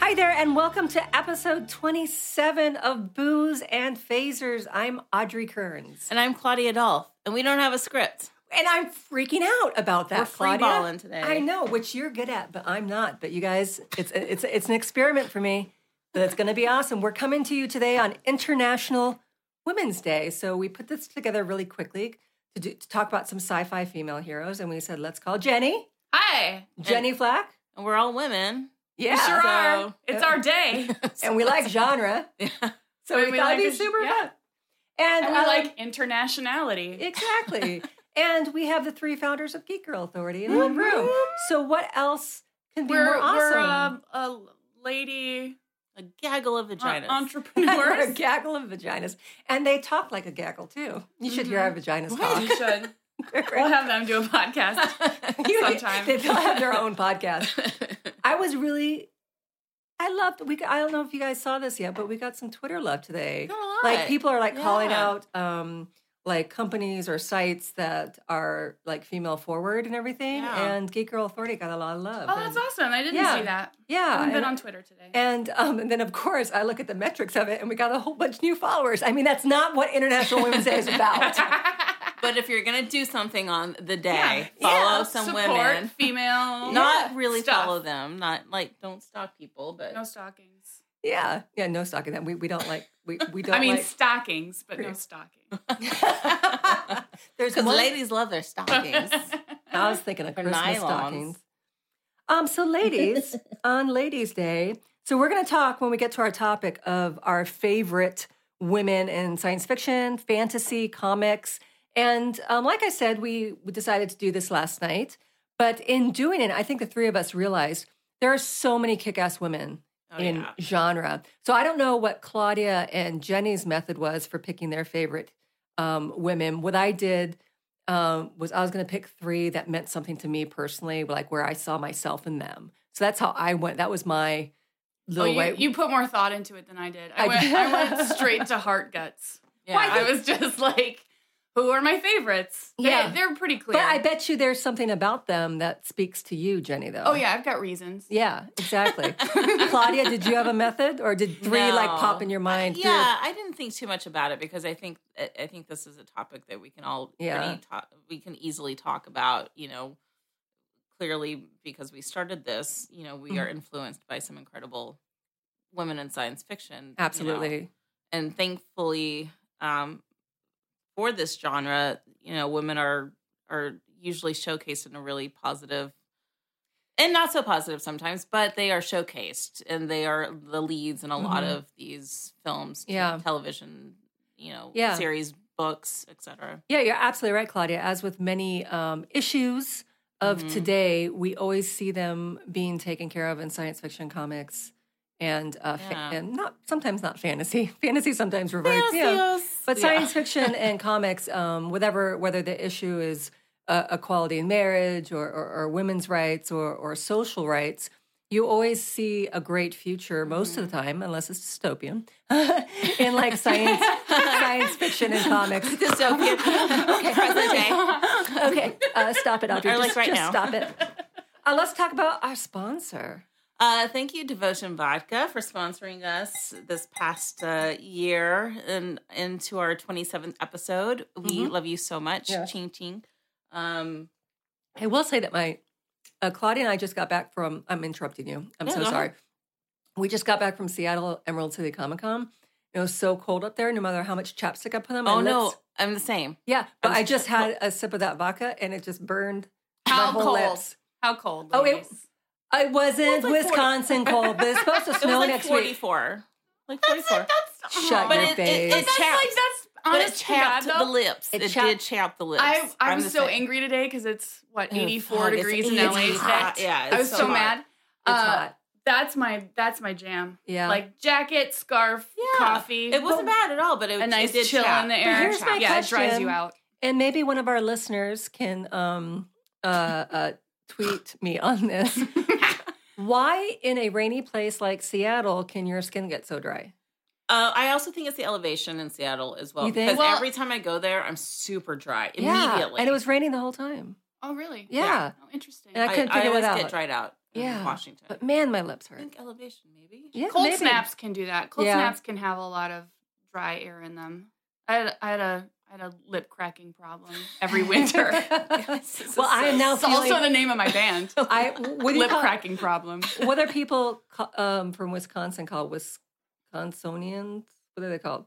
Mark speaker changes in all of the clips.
Speaker 1: Hi there, and welcome to episode 27 of Booze and Phasers. I'm Audrey Kearns,
Speaker 2: And I'm Claudia Dolph, and we don't have a script.
Speaker 1: and I'm freaking out about that.
Speaker 2: We're free
Speaker 1: Claudia.
Speaker 2: balling today.
Speaker 1: I know, which you're good at, but I'm not. But you guys, it's it's it's an experiment for me. That's going to be awesome. We're coming to you today on International Women's Day, so we put this together really quickly to, do, to talk about some sci-fi female heroes, and we said let's call Jenny,
Speaker 3: Hi.
Speaker 1: Jenny Flack.
Speaker 2: And we're all women.
Speaker 1: Yeah,
Speaker 3: sure
Speaker 2: so-
Speaker 3: are. It's our day.
Speaker 1: and we like genre, so
Speaker 3: And
Speaker 1: we,
Speaker 3: we
Speaker 1: thought
Speaker 3: like
Speaker 1: it'd
Speaker 3: a-
Speaker 1: be super
Speaker 3: yeah.
Speaker 1: fun. And,
Speaker 3: And we
Speaker 1: um,
Speaker 3: like internationality.
Speaker 1: Exactly. and we have the three founders of Geek Girl Authority in one room. So what else can be
Speaker 3: Mm-hmm. We're,
Speaker 1: more
Speaker 3: we're um,
Speaker 1: awesome?
Speaker 3: a, a lady
Speaker 2: A gaggle of
Speaker 3: uh,
Speaker 2: vaginas.
Speaker 1: We're a
Speaker 3: entrepreneurs.
Speaker 1: gaggle of vaginas. And they talk like a gaggle too. You should hear our vaginas
Speaker 3: We should. Oh,
Speaker 1: talk.
Speaker 3: Mm-hmm. We'll have them do a podcast sometime.
Speaker 1: They- They'll have their own podcast. I was really I loved we I don't know if you guys saw this yet, but we got some Twitter love today.
Speaker 2: Got a lot.
Speaker 1: Like people are like calling
Speaker 2: Yeah.
Speaker 1: out um like companies or sites that are like female forward and everything.
Speaker 2: Yeah.
Speaker 1: And Geek Girl Authority got a lot of love.
Speaker 3: Oh, that's
Speaker 1: and-
Speaker 3: awesome. I didn't
Speaker 1: Yeah.
Speaker 3: see that. I
Speaker 1: Yeah.
Speaker 3: haven't been
Speaker 1: and-
Speaker 3: on Twitter today.
Speaker 1: And um, and then of course I look at the metrics of it, and we got a whole bunch of new followers. I mean, that's not what International Women's Day is about.
Speaker 2: But if you're going to do something on the
Speaker 3: Yeah.
Speaker 2: day, follow
Speaker 1: Yeah.
Speaker 2: some
Speaker 3: Support
Speaker 2: women.
Speaker 3: female.
Speaker 2: Not really
Speaker 3: Stuff.
Speaker 2: follow them. Not like, don't stalk people, but
Speaker 3: no stockings.
Speaker 1: yeah, yeah, no stocking that. We we don't like we we don't.
Speaker 3: I mean
Speaker 1: like,
Speaker 3: stockings, but no stocking.
Speaker 1: there's
Speaker 2: because
Speaker 1: one-
Speaker 2: ladies love their stockings. Oh,
Speaker 1: I was thinking of
Speaker 2: Or
Speaker 1: Christmas
Speaker 2: nylons.
Speaker 1: stockings. Um, so ladies, on Ladies' Day, so we're going to talk when we get to our topic of our favorite women in science fiction, fantasy, comics, and um, like I said, we we decided to do this last night. But in doing it, I think the three of us realized there are so many kick-ass women
Speaker 2: Oh,
Speaker 1: in
Speaker 2: yeah.
Speaker 1: genre. So I don't know what Claudia and Jenny's method was for picking their favorite um, women. What I did um, was I was going to pick three that meant something to me personally, like where I saw myself in them. So that's how I went. That was my
Speaker 3: Oh,
Speaker 1: little
Speaker 3: you,
Speaker 1: way.
Speaker 3: you put more thought into it than I did. I,
Speaker 1: I
Speaker 3: went,
Speaker 1: did.
Speaker 3: I went straight to heart guts.
Speaker 2: Yeah.
Speaker 3: Why I was just like, who are my favorites? They,
Speaker 1: Yeah.
Speaker 3: they're pretty clear.
Speaker 1: but I bet you there's something about them that speaks to you, Jenny. Though.
Speaker 3: oh yeah, I've got reasons.
Speaker 1: Yeah, exactly. Claudia, did you have a method, or did three like
Speaker 2: No.
Speaker 1: pop in your mind? through-
Speaker 2: Yeah, I didn't think too much about it because I think I I think this is a topic that we can all
Speaker 1: Yeah.
Speaker 2: pretty ta- we can easily talk about. You know, clearly because we started this, you know, we are
Speaker 1: Mm-hmm.
Speaker 2: influenced by some incredible women in science fiction. you know.
Speaker 1: absolutely.
Speaker 2: and thankfully, um, for this genre, you know, women are are usually showcased in a really positive and not so positive sometimes, but they are showcased and they are the leads in a lot
Speaker 1: Mhm.
Speaker 2: of these films, t-
Speaker 1: Yeah.
Speaker 2: television, you know,
Speaker 1: Yeah.
Speaker 2: series, books, etc.
Speaker 1: Yeah, you're absolutely right, Claudia. As with many um, issues of
Speaker 2: Mhm.
Speaker 1: today, we always see them being taken care of in science fiction comics and, uh, fa-
Speaker 2: Yeah.
Speaker 1: and not sometimes not fantasy. Fantasy sometimes reverts.
Speaker 2: oh,
Speaker 1: Yeah. But science fiction and comics, um, whatever, whether the issue is uh, equality in marriage or, or, or women's rights or, or social rights, you always see a great future most of the time, unless it's dystopian, in like science, science fiction and comics.
Speaker 2: dystopian present day.
Speaker 1: Okay, uh, stop it, Audrey.
Speaker 2: Or,
Speaker 1: just
Speaker 2: like, right
Speaker 1: just
Speaker 2: now.
Speaker 1: stop it. Uh, let's talk about our sponsor.
Speaker 2: Uh, thank you, Devotion Vodka, for sponsoring us this past uh, year and into our 27th episode. We
Speaker 3: Mm-hmm.
Speaker 2: love you so much.
Speaker 1: Yeah.
Speaker 2: Ching ching. Um,
Speaker 1: I will say that my uh, Claudia and I just got back from. I'm interrupting you. I'm
Speaker 2: Yeah,
Speaker 1: so
Speaker 2: go ahead.
Speaker 1: sorry. We just got back from Seattle Emerald City Comic Con. It was so cold up there. No matter how much chapstick I put on my
Speaker 2: oh
Speaker 1: lips,
Speaker 2: no, I'm the same.
Speaker 1: yeah. But
Speaker 2: I'm
Speaker 1: I just
Speaker 2: so-
Speaker 1: had a sip of that vodka, and it just burned
Speaker 3: How
Speaker 1: my whole
Speaker 3: cold?
Speaker 1: lips.
Speaker 3: How cold?
Speaker 1: Oh, it-
Speaker 3: ladies?
Speaker 1: I wasn't
Speaker 2: like 40.
Speaker 1: Wisconsin cold, but it's supposed to
Speaker 2: It was
Speaker 1: snow
Speaker 2: like
Speaker 1: next week.
Speaker 2: 44. Like 44.
Speaker 3: that's oh.
Speaker 1: Shut
Speaker 3: but
Speaker 1: your
Speaker 3: it-
Speaker 2: it, it,
Speaker 1: face.
Speaker 2: it
Speaker 3: that's
Speaker 2: chapped.
Speaker 3: like that's
Speaker 2: but it
Speaker 3: honest to God,
Speaker 2: chapped
Speaker 3: though,
Speaker 2: the lips.
Speaker 1: It
Speaker 2: It,
Speaker 1: chapped-
Speaker 2: did chap the lips.
Speaker 3: I I'm,
Speaker 2: the
Speaker 3: so
Speaker 2: same.
Speaker 3: angry today because it's what
Speaker 2: Oh,
Speaker 3: 84
Speaker 2: fuck, it's-
Speaker 3: degrees in
Speaker 2: it's
Speaker 3: LA.
Speaker 2: hot.
Speaker 3: That-
Speaker 2: Yeah,
Speaker 3: I was
Speaker 2: it's
Speaker 3: so
Speaker 2: hot.
Speaker 3: mad.
Speaker 1: It's
Speaker 3: Uh,
Speaker 1: hot.
Speaker 3: That's my that's my jam.
Speaker 1: Yeah.
Speaker 3: like jacket, scarf,
Speaker 2: Yeah.
Speaker 3: coffee.
Speaker 2: It wasn't bad at all, but it,
Speaker 3: a nice
Speaker 2: it did
Speaker 3: chill
Speaker 2: chap.
Speaker 3: in the air.
Speaker 1: here's my
Speaker 3: yeah, it dries
Speaker 1: question.
Speaker 3: you out.
Speaker 1: And maybe one of our listeners can um, uh, uh, tweet me on this. Why, in a rainy place like Seattle, can your skin get so dry?
Speaker 2: Uh, I also think it's the elevation in Seattle as well.
Speaker 1: You think?
Speaker 2: Because
Speaker 3: Well-
Speaker 2: every time I go there, I'm super dry
Speaker 1: Yeah,
Speaker 2: immediately.
Speaker 1: and it was raining the whole time.
Speaker 3: Oh really?
Speaker 1: Yeah.
Speaker 3: Oh, interesting.
Speaker 1: And I couldn't
Speaker 2: I
Speaker 1: figure that out.
Speaker 2: always get dried out. in
Speaker 1: Yeah,
Speaker 2: Washington.
Speaker 1: But man, my lips
Speaker 2: I
Speaker 1: hurt.
Speaker 2: think elevation, maybe.
Speaker 1: Yeah,
Speaker 3: Cold
Speaker 1: maybe.
Speaker 3: snaps can do that. Cold
Speaker 1: Yeah.
Speaker 3: snaps can have a lot of dry air in them. I had, I had a I had a lip cracking problem every winter.
Speaker 1: well, I am now
Speaker 3: It's also
Speaker 1: feeling.
Speaker 3: the name of my band.
Speaker 1: I what do you
Speaker 3: lip
Speaker 1: call
Speaker 3: cracking problem. Uh,
Speaker 1: what are people ca- um, from Wisconsin called? Wisconsinians? What are they called?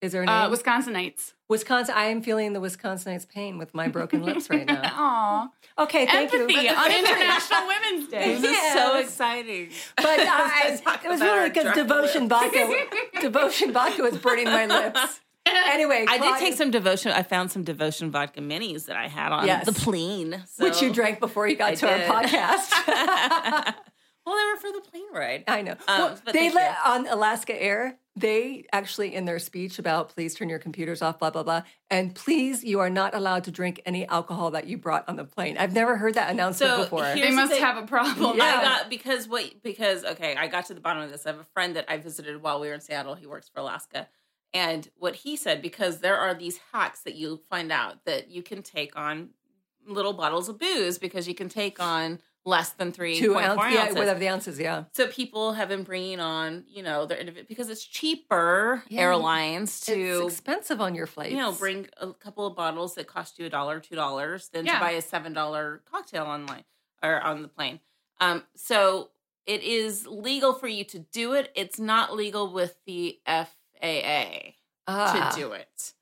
Speaker 1: Is there a name?
Speaker 3: Uh, Wisconsinites.
Speaker 1: Wisconsin. I am feeling the Wisconsinites' pain with my broken lips right now.
Speaker 3: Aw.
Speaker 1: Okay, thank
Speaker 3: Empathy
Speaker 1: you.
Speaker 3: on International Women's Day.
Speaker 2: This is so
Speaker 1: Yes.
Speaker 2: exciting.
Speaker 1: But I,
Speaker 2: talk
Speaker 1: it was
Speaker 2: about
Speaker 1: really
Speaker 2: our
Speaker 1: because
Speaker 2: drunk
Speaker 1: devotion vodka, devotion vodka was burning my lips. Anyway,
Speaker 2: I did
Speaker 1: Claudia-
Speaker 2: take some devotion. I found some devotion vodka minis that I had on
Speaker 1: Yes.
Speaker 2: the plane, so.
Speaker 1: which you drank before you got
Speaker 2: I
Speaker 1: to
Speaker 2: did.
Speaker 1: our podcast.
Speaker 2: Well, they were for the plane ride.
Speaker 1: I know.
Speaker 2: Um,
Speaker 1: well,
Speaker 2: but
Speaker 1: they
Speaker 2: thank
Speaker 1: let on Alaska Air. They actually, in their speech about please turn your computers off, blah blah blah, and please, you are not allowed to drink any alcohol that you brought on the plane. I've never heard that announcement
Speaker 2: So
Speaker 1: before.
Speaker 2: here-
Speaker 3: They
Speaker 2: Here's the
Speaker 3: must
Speaker 2: thing.
Speaker 3: have a problem.
Speaker 1: Yeah.
Speaker 2: I got because what because okay, I got to the bottom of this. I have a friend that I visited while we were in Seattle. He works for Alaska. And what he said, because there are these hacks that you find out that you can take on little bottles of booze because you can take on less than three
Speaker 1: Two ounce, yeah,
Speaker 2: ounces.
Speaker 1: whatever the ounces, yeah.
Speaker 2: so people have been bringing on, you know, their indiv- because it's cheaper
Speaker 1: Yeah.
Speaker 2: airlines to
Speaker 1: it's expensive on your flights.
Speaker 2: you know, bring a couple of bottles that cost you a dollar, two dollars, than
Speaker 3: Yeah.
Speaker 2: to buy a seven dollar cocktail online or on the plane. Um, so it is legal for you to do it. It's not legal with the FAA
Speaker 1: Ah.
Speaker 2: to do it.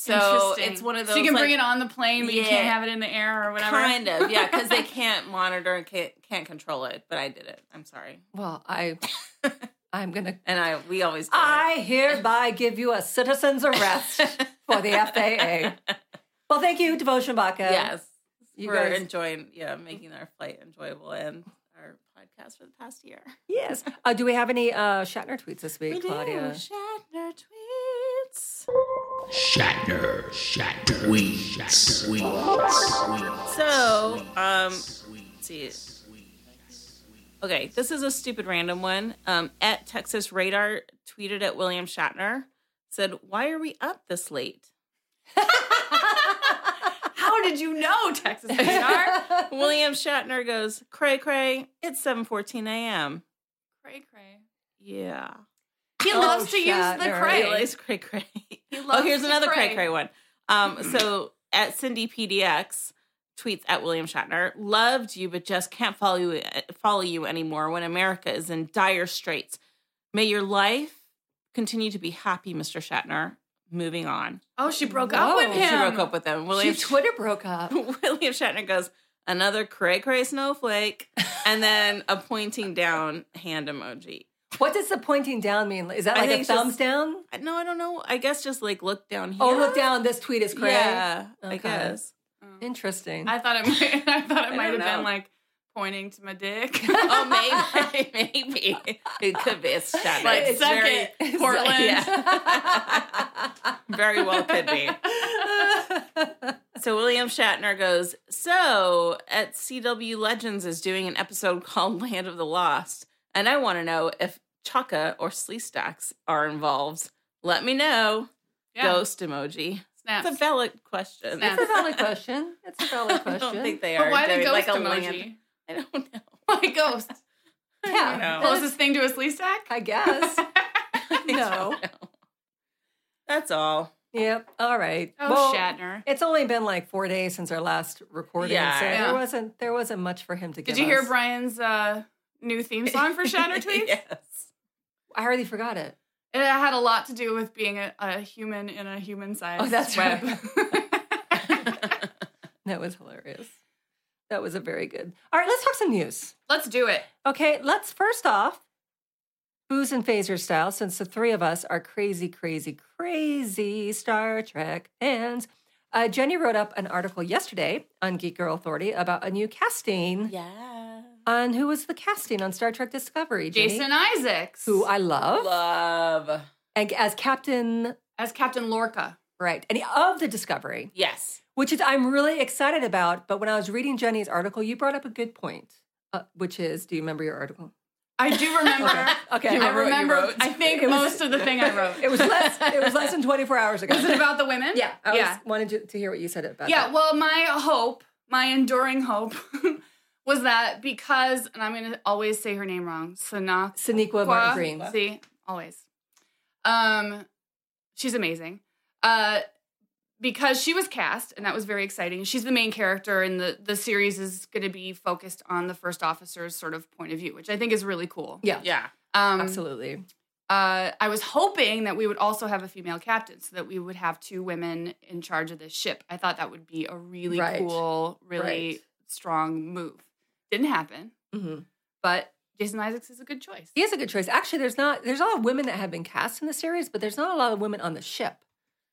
Speaker 2: So
Speaker 3: Interesting.
Speaker 2: it's one of those.
Speaker 3: So you can
Speaker 2: like,
Speaker 3: bring it on the plane, but you
Speaker 2: Yeah.
Speaker 3: can't have it in the air or whatever.
Speaker 2: Kind of, yeah, because they can't monitor and can't, can't control it. But I did it. I'm sorry,
Speaker 1: Well, I, I'm gonna.
Speaker 2: and I we always. do it.
Speaker 1: I hereby give you a citizen's arrest for the FAA. Well, thank you, Devotion Baca.
Speaker 2: yes,
Speaker 1: you
Speaker 2: for
Speaker 1: guys.
Speaker 2: enjoying, yeah, making our flight enjoyable and our podcast for the past year.
Speaker 1: yes. Uh, do we have any uh, Shatner tweets this week,
Speaker 2: We do.
Speaker 1: Claudia?
Speaker 2: Shatner tweets.
Speaker 4: Shatner, Shatner, Sweet, Sweet,
Speaker 1: Oh,
Speaker 2: So, um, let's see. Okay, this is a stupid random one. Um, at Texas Radar tweeted at William Shatner, said, "Why are we up this late?"
Speaker 3: How did you know, Texas radar?
Speaker 2: William Shatner goes, "Cray cray, it's seven fourteen a.m."
Speaker 3: cray cray.
Speaker 2: Yeah,
Speaker 3: He
Speaker 1: Oh,
Speaker 3: loves to use the
Speaker 1: Shatner.
Speaker 3: cray.
Speaker 2: Really, it's cray cray.
Speaker 3: He loves
Speaker 2: Oh, here's
Speaker 3: to
Speaker 2: another cray cray one. Um, so at Cindy PDX tweets at William Shatner, loved you, but just can't follow you follow you anymore when America is in dire straits. May your life continue to be happy, Mr. Shatner. Moving on.
Speaker 3: Oh, she broke
Speaker 1: Whoa.
Speaker 3: up with
Speaker 1: She
Speaker 3: him.
Speaker 2: She broke up with him. William,
Speaker 1: She Twitter broke up.
Speaker 2: William Shatner goes, another cray cray snowflake, and then a pointing down hand emoji.
Speaker 1: What does the pointing down mean? Is that
Speaker 2: I
Speaker 1: like a
Speaker 2: think it's just-
Speaker 1: thumbs down?
Speaker 2: I- No, I don't know. I guess just like look down here.
Speaker 1: Oh, look down. This tweet is cray.
Speaker 2: Yeah, I
Speaker 1: Okay.
Speaker 2: guess.
Speaker 1: Interesting.
Speaker 3: Oh. I thought it might. I thought
Speaker 2: I
Speaker 3: it might have
Speaker 2: don't know.
Speaker 3: been like pointing to my dick. Um,
Speaker 2: Oh, maybe, maybe it could be. It's Shatner.
Speaker 3: Like,
Speaker 2: It's
Speaker 3: suck
Speaker 2: very,
Speaker 3: it, Portland.
Speaker 2: Yeah. very well could be. So William Shatner goes. So at CW Legends is doing an episode called Land of the Lost, and I want to know if Chaka or Sleestocks are involved. Let me know.
Speaker 3: yeah.
Speaker 2: Ghost emoji.
Speaker 3: Snaps.
Speaker 2: It's a valid question.
Speaker 3: Snaps.
Speaker 1: it's a valid question. It's a valid
Speaker 2: I
Speaker 1: question.
Speaker 2: don't think they are.
Speaker 3: but why the
Speaker 2: doing,
Speaker 3: ghost
Speaker 2: like a land-
Speaker 3: emoji?
Speaker 2: I don't know.
Speaker 3: Why ghost?
Speaker 1: yeah.
Speaker 2: know.
Speaker 1: that is-
Speaker 3: Closest thing to a slee stack?
Speaker 1: Oh. I guess. no.
Speaker 2: That's all.
Speaker 1: Yep. All right.
Speaker 3: Oh,
Speaker 1: Well,
Speaker 3: Shatner.
Speaker 1: It's only been like four days since our last recording,
Speaker 2: Yeah.
Speaker 1: so
Speaker 3: Yeah.
Speaker 1: there wasn't there wasn't much for him to give.
Speaker 3: Did you hear
Speaker 1: us.
Speaker 3: Brian's uh, new theme song for Shatner tweets?
Speaker 2: yes.
Speaker 1: I already forgot it.
Speaker 3: It had a lot to do with being a, a human in a human sized
Speaker 1: Oh, that's
Speaker 3: web.
Speaker 1: That was hilarious. That was a very good. All right, let's talk some news.
Speaker 3: Let's do it.
Speaker 1: Okay, let's first off, booze and phaser style, since the three of us are crazy, crazy, crazy Star Trek fans. Uh, Jenny wrote up an article yesterday on Geek Girl Authority about a new casting
Speaker 2: Yeah.
Speaker 1: on who was the casting on Star Trek Discovery. Jenny?
Speaker 3: Jason Isaacs.
Speaker 1: who I love,
Speaker 2: Love.
Speaker 1: and as captain,
Speaker 3: as Captain Lorca.
Speaker 1: right, and of the Discovery,
Speaker 2: Yes.
Speaker 1: which is I'm really excited about. But when I was reading Jenny's article, you brought up a good point, uh, which is, do you remember your article?
Speaker 3: I do remember.
Speaker 1: Okay,
Speaker 3: I
Speaker 1: what you
Speaker 3: remember.
Speaker 1: wrote?
Speaker 3: I think
Speaker 1: It was-
Speaker 3: most of the thing I wrote.
Speaker 1: It was less. It was less than 24 hours ago.
Speaker 3: Was it about the women?
Speaker 1: Yeah, I was,
Speaker 3: yeah,
Speaker 1: wanted to, to hear what you said about
Speaker 3: yeah.
Speaker 1: that.
Speaker 3: Well, my hope, my enduring hope, was that because, and I'm going to always say her name wrong, Sanaa
Speaker 1: Sonequa
Speaker 3: Qua-
Speaker 1: Martin Green.
Speaker 3: See, always. Um, she's amazing. Uh, because she was cast, and that was very exciting. She's the main character, and the the series is going to be focused on the first officer's sort of point of view, which I think is really cool.
Speaker 1: Yeah,
Speaker 2: Yeah.
Speaker 3: Um,
Speaker 1: absolutely.
Speaker 3: Uh, I was hoping that we would also have a female captain, so that we would have two women in charge of this ship. I thought that would be a really
Speaker 1: Right.
Speaker 3: cool, really
Speaker 1: Right.
Speaker 3: strong move. Didn't happen,
Speaker 1: Mhm.
Speaker 3: but Jason Isaacs is a good choice.
Speaker 1: He is a good choice. Actually, there's not there's a lot of women that have been cast in the series, but there's not a lot of women on the ship.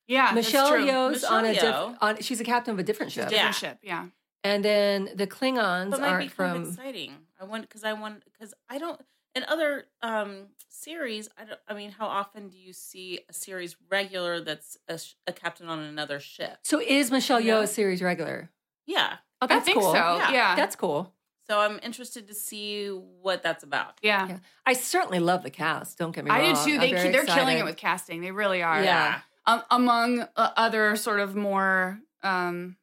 Speaker 3: Yeah, that's
Speaker 1: Michelle
Speaker 3: true.
Speaker 1: Yeoh's on a
Speaker 2: Michelle
Speaker 1: diff- on, she's a captain of a different ship,
Speaker 2: Yeah.
Speaker 3: Different ship, yeah.
Speaker 1: and then the Klingons
Speaker 2: But might be
Speaker 1: aren't
Speaker 2: kind of
Speaker 1: from.
Speaker 2: exciting. I want because I want because I don't in other um series. I don't. I mean, how often do you see a series regular that's a, sh- a captain on another ship?
Speaker 1: So is Michelle
Speaker 2: Yeah.
Speaker 1: Yeoh a series regular?
Speaker 2: Yeah.
Speaker 1: Oh, that's
Speaker 3: I think
Speaker 1: cool.
Speaker 3: so.
Speaker 2: Yeah.
Speaker 3: Yeah.
Speaker 1: That's cool.
Speaker 2: So I'm interested to see what that's about.
Speaker 3: yeah.
Speaker 1: Yeah. I certainly love the cast. Don't get me
Speaker 3: I
Speaker 1: wrong.
Speaker 3: do too.
Speaker 1: I'm
Speaker 3: They
Speaker 1: very
Speaker 3: they're killing
Speaker 1: excited.
Speaker 3: it with casting. They really are.
Speaker 1: Yeah.
Speaker 3: Um, among uh, other sort of more um,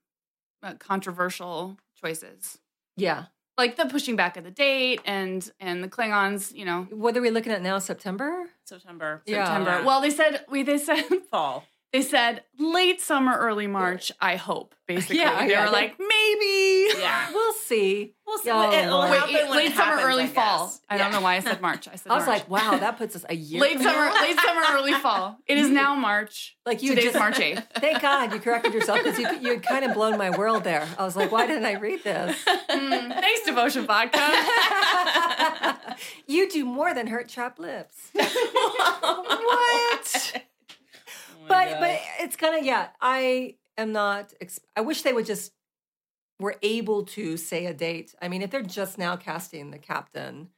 Speaker 3: uh, controversial choices,
Speaker 1: yeah.
Speaker 3: like the pushing back of the date and and the Klingons. You know,
Speaker 1: What are we looking at now? September.
Speaker 2: September.
Speaker 1: Yeah.
Speaker 3: September.
Speaker 2: Oh, Yeah.
Speaker 3: Well, they said we they said
Speaker 2: Fall.
Speaker 3: they said late summer, early March. I hope basically.
Speaker 1: Yeah,
Speaker 3: they
Speaker 1: yeah.
Speaker 3: were like maybe.
Speaker 2: Yeah.
Speaker 1: We'll see.
Speaker 2: We'll see.
Speaker 1: Yeah.
Speaker 2: It'll
Speaker 1: Wait,
Speaker 2: happen
Speaker 3: Wait,
Speaker 2: when
Speaker 3: late
Speaker 2: it
Speaker 3: summer,
Speaker 2: happens,
Speaker 3: early
Speaker 2: I
Speaker 3: fall.
Speaker 2: guess.
Speaker 3: I
Speaker 2: Yeah.
Speaker 3: don't know why I said March. I said
Speaker 1: I was
Speaker 3: March.
Speaker 1: like, wow, that puts us a year.
Speaker 3: late
Speaker 1: from now.
Speaker 3: summer, late summer, early fall. It is now March.
Speaker 1: Like you
Speaker 3: Today's
Speaker 1: just
Speaker 3: March eighth.
Speaker 1: Thank God you corrected yourself because you you had kind of blown my world there. I was like, why didn't I read this?
Speaker 3: Mm, thanks, Devotion Vodka.
Speaker 1: you do more than hurt chapped lips.
Speaker 2: what?
Speaker 1: but but it's kind of yeah. I am not. Ex- I wish they would just were able to say a date. I mean, if they're just now casting the captain,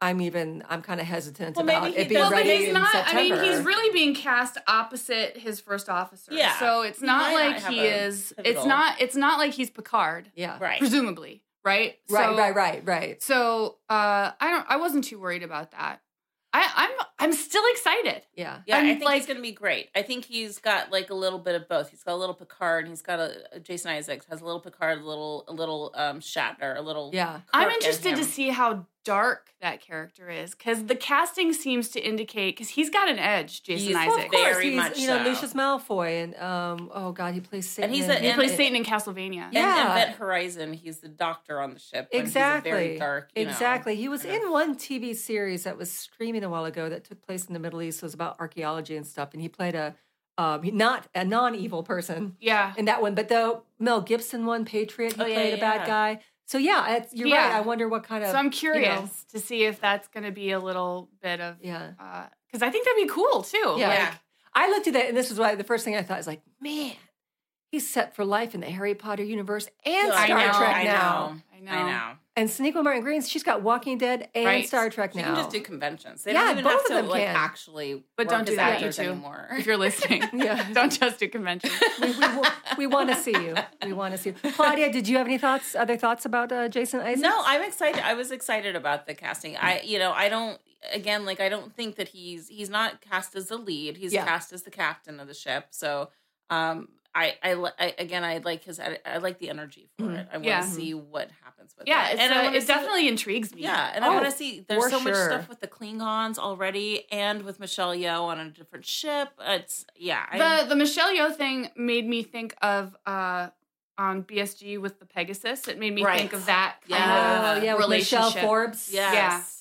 Speaker 1: I'm even. I'm kind of hesitant
Speaker 2: Well, maybe
Speaker 1: about
Speaker 2: he
Speaker 1: it being
Speaker 2: does-
Speaker 3: well, but
Speaker 1: ready
Speaker 3: he's
Speaker 1: in
Speaker 3: not.
Speaker 1: September.
Speaker 3: I mean, he's really being cast opposite his first officer.
Speaker 2: Yeah.
Speaker 3: So it's
Speaker 2: He
Speaker 3: not
Speaker 2: might not
Speaker 3: like
Speaker 2: have
Speaker 3: he
Speaker 2: a
Speaker 3: is.
Speaker 2: pivotal.
Speaker 3: It's not. It's not like he's Picard,
Speaker 1: yeah.
Speaker 2: right.
Speaker 3: presumably. Right.
Speaker 1: Right,
Speaker 3: So-
Speaker 1: right, right, right.
Speaker 3: So uh, I don't. I wasn't too worried about that. I, I'm. I'm still excited.
Speaker 1: Yeah.
Speaker 2: Yeah, i
Speaker 3: I'm,
Speaker 2: think
Speaker 3: like-
Speaker 2: he's gonna be great. I think he's got like a little bit of both. He's got a little Picard, and he's got a, a Jason Isaacs has a little Picard, a little a little um Shatner, a little.
Speaker 1: Yeah.
Speaker 2: Kirk
Speaker 3: I'm
Speaker 2: in
Speaker 3: interested to
Speaker 2: him.
Speaker 3: see how dark that character is because the casting seems to indicate because he's got an edge. Jason
Speaker 2: He's- Well,
Speaker 3: Isaac.
Speaker 1: Of course,
Speaker 2: Very
Speaker 1: he's,
Speaker 2: much
Speaker 1: you know,
Speaker 2: so.
Speaker 1: Lucius Malfoy, and um, oh god, he plays Satan.
Speaker 2: And he's
Speaker 1: in-
Speaker 2: a-
Speaker 3: He
Speaker 2: and-
Speaker 3: plays Satan in Castlevania.
Speaker 2: And, and
Speaker 1: Yeah.
Speaker 2: Event Horizon, he's the doctor on the ship. when he's a
Speaker 1: Exactly.
Speaker 2: very dark. you know.
Speaker 1: exactly. He was
Speaker 2: kind of-
Speaker 1: in one TV series that was streaming a while ago that took place in the Middle East. It was about archaeology and stuff, and he played a um, he- not a non evil person
Speaker 3: Yeah.
Speaker 1: in that one, but the Mel Gibson one, Patriot, he
Speaker 2: Oh, yeah,
Speaker 1: played a
Speaker 2: yeah,
Speaker 1: bad
Speaker 2: yeah.
Speaker 1: guy. So yeah, it's, you're right.
Speaker 3: Yeah.
Speaker 1: I wonder what kind of
Speaker 3: So I'm curious to see if that's going to be a little bit of
Speaker 1: yeah.
Speaker 3: because I think that'd be cool too.
Speaker 1: Yeah.
Speaker 3: Like,
Speaker 2: Yeah.
Speaker 1: I looked at that, and this is why the first thing I thought is like, man, he's set for life in the Harry Potter universe and
Speaker 2: I
Speaker 1: Star
Speaker 2: know,
Speaker 1: Trek
Speaker 2: I
Speaker 1: now.
Speaker 2: know.
Speaker 3: I know.
Speaker 2: I know.
Speaker 1: And Sonequa Martin Green's she's got Walking Dead and
Speaker 3: Right.
Speaker 1: Star Trek
Speaker 2: She
Speaker 1: now.
Speaker 2: can just do conventions. They
Speaker 1: Yeah,
Speaker 2: don't even
Speaker 1: both
Speaker 2: have
Speaker 1: of
Speaker 2: to
Speaker 1: them
Speaker 2: like
Speaker 1: can.
Speaker 2: actually.
Speaker 3: But
Speaker 2: work
Speaker 3: don't do
Speaker 2: as
Speaker 3: that, you
Speaker 2: actors
Speaker 3: two.
Speaker 2: anymore.
Speaker 3: If you're listening,
Speaker 1: Yeah.
Speaker 3: don't just do conventions.
Speaker 1: we, we, wa- we want to see you. We want to see you. Claudia, did you have any thoughts, other thoughts about uh, Jason Isaacs?
Speaker 2: No, I'm excited. I was excited about the casting. I, you know, I don't. Again, like I don't think that he's he's not cast as the lead. He's
Speaker 1: Yeah.
Speaker 2: cast as the captain of the ship. So, um, I, I, li- I again, I like his. I, I like the energy for
Speaker 1: Mhm.
Speaker 2: it. I want to
Speaker 3: Mm-hmm. Yeah.
Speaker 2: see what happens with
Speaker 3: yeah,
Speaker 2: it.
Speaker 3: it's,
Speaker 2: and I
Speaker 3: uh,
Speaker 2: wanna
Speaker 3: it
Speaker 2: see-
Speaker 3: definitely intrigues me.
Speaker 2: Yeah, and
Speaker 1: Oh,
Speaker 2: I want to see.
Speaker 1: for
Speaker 2: There's so much
Speaker 1: sure.
Speaker 2: stuff with the Klingons already, and with Michelle Yeoh on a different ship. It's yeah, I,
Speaker 3: the the Michelle Yeoh thing made me think of uh, on BSG with the Pegasus. It made me
Speaker 2: Right.
Speaker 3: think of that kind
Speaker 2: Yeah.
Speaker 1: Oh,
Speaker 3: of
Speaker 1: yeah, with Michelle
Speaker 3: relationship.
Speaker 1: Forbes.
Speaker 2: yes,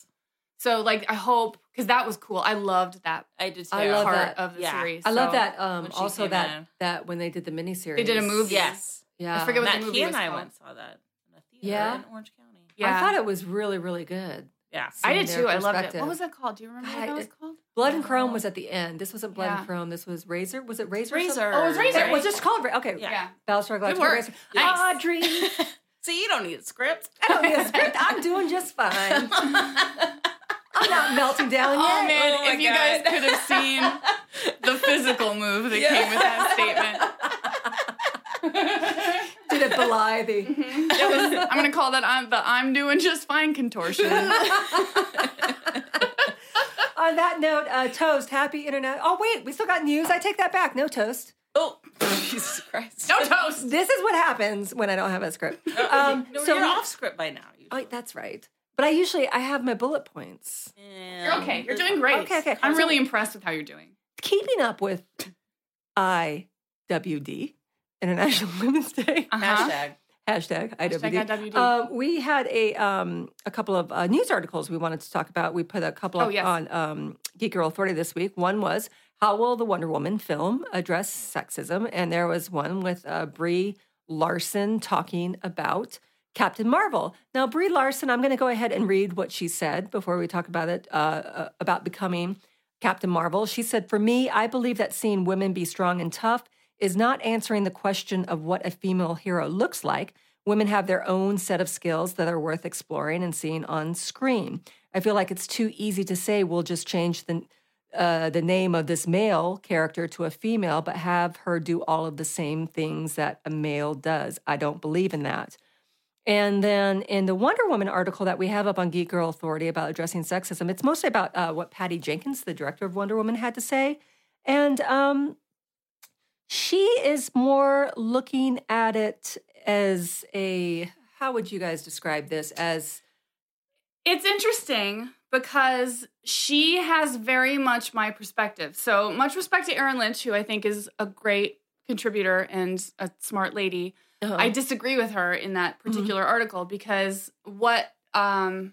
Speaker 3: So like, I hope because that was cool. I loved that
Speaker 2: I did too.
Speaker 1: I love
Speaker 3: part
Speaker 1: that.
Speaker 3: of the
Speaker 2: Yeah.
Speaker 3: series.
Speaker 1: I love
Speaker 3: so-
Speaker 1: that. Um,
Speaker 2: When she
Speaker 1: also
Speaker 2: came
Speaker 1: that
Speaker 2: in.
Speaker 1: that when they did the miniseries,
Speaker 3: They did a movie.
Speaker 2: Yes,
Speaker 1: Yeah,
Speaker 3: I forget what
Speaker 2: Matt,
Speaker 3: the movie
Speaker 2: he and
Speaker 3: was
Speaker 2: I
Speaker 3: called.
Speaker 2: went and saw that in a theater
Speaker 1: Yeah?
Speaker 2: in Orange County.
Speaker 3: Yeah,
Speaker 1: I thought it was really, really good.
Speaker 2: Yeah.
Speaker 3: I
Speaker 1: from
Speaker 3: did
Speaker 1: their
Speaker 3: too. I loved it.
Speaker 1: perspective.
Speaker 3: What was that called? Do you remember
Speaker 1: God,
Speaker 3: what
Speaker 1: I-
Speaker 3: that was called?
Speaker 1: Blood and Chrome was at the end. This wasn't Blood
Speaker 3: Yeah.
Speaker 1: and Chrome. This was Razor. Was it Razor? or
Speaker 2: Razor.
Speaker 1: something?
Speaker 3: Oh, it was Razor.
Speaker 1: It was just called. Ra- Okay.
Speaker 2: Yeah.
Speaker 1: Battlestar
Speaker 3: Good
Speaker 1: Galactica.
Speaker 3: work.
Speaker 1: Razor.
Speaker 3: Nice.
Speaker 1: Audrey.
Speaker 2: See, you don't need a script.
Speaker 1: I don't need a script. I'm doing just fine. I'm not melting down yet.
Speaker 3: Oh man,
Speaker 2: Oh, my
Speaker 3: if you guys
Speaker 2: God.
Speaker 3: could have seen the physical move that
Speaker 2: Yeah.
Speaker 3: came with that statement.
Speaker 1: Did it belie the?
Speaker 3: It was- I'm gonna call that I'm the I'm doing just fine contortion.
Speaker 1: On that note, uh, toast. Happy internet. Oh wait, we still got news. I take that back. No toast.
Speaker 2: Oh, Jesus Christ.
Speaker 3: No toast.
Speaker 1: This is what happens when I don't have a script. Um,
Speaker 2: No,
Speaker 1: so
Speaker 2: you're off script by now.
Speaker 1: Oh, that's right. But I usually I have my bullet points.
Speaker 3: You're okay. You're doing great.
Speaker 1: Okay, okay.
Speaker 3: I'm really impressed with how you're doing.
Speaker 1: Keeping up with IWD, International Women's Day.
Speaker 3: Uh-huh.
Speaker 2: Hashtag.
Speaker 1: Hashtag IWD.
Speaker 3: Hashtag IWD.
Speaker 1: Um, we had a um, a couple of uh, news articles we wanted to talk about. We put a couple
Speaker 3: Oh,
Speaker 1: up
Speaker 3: yes.
Speaker 1: on um, Geek Girl Authority this week. One was how will the Wonder Woman film address sexism, and there was one with uh, Brie Larson talking about Captain Marvel. Now, Brie Larson, I'm going to go ahead and read what she said before we talk about it uh, uh, about becoming Captain Marvel. She said, "For me, I believe that seeing women be strong and tough." Is not answering the question of what a female hero looks like, Women have their own set of skills that are worth exploring and seeing on screen. I feel like it's too easy to say we'll just change the uh, the name of this male character to a female, but have her do all of the same things that a male does. I don't believe in that. And then in the Wonder Woman article that we have up on Geek Girl Authority about addressing sexism, it's mostly about uh, what Patty Jenkins, the director of Wonder Woman, had to say. And um, she is more looking at it as a how would you guys describe this as
Speaker 3: It's interesting because she has very much my perspective. So much respect to Erin Lynch, who I think is a great contributor and a smart lady.
Speaker 1: Uh-huh,
Speaker 3: I disagree with her in that
Speaker 1: Mm-hmm.
Speaker 3: particular article because what um,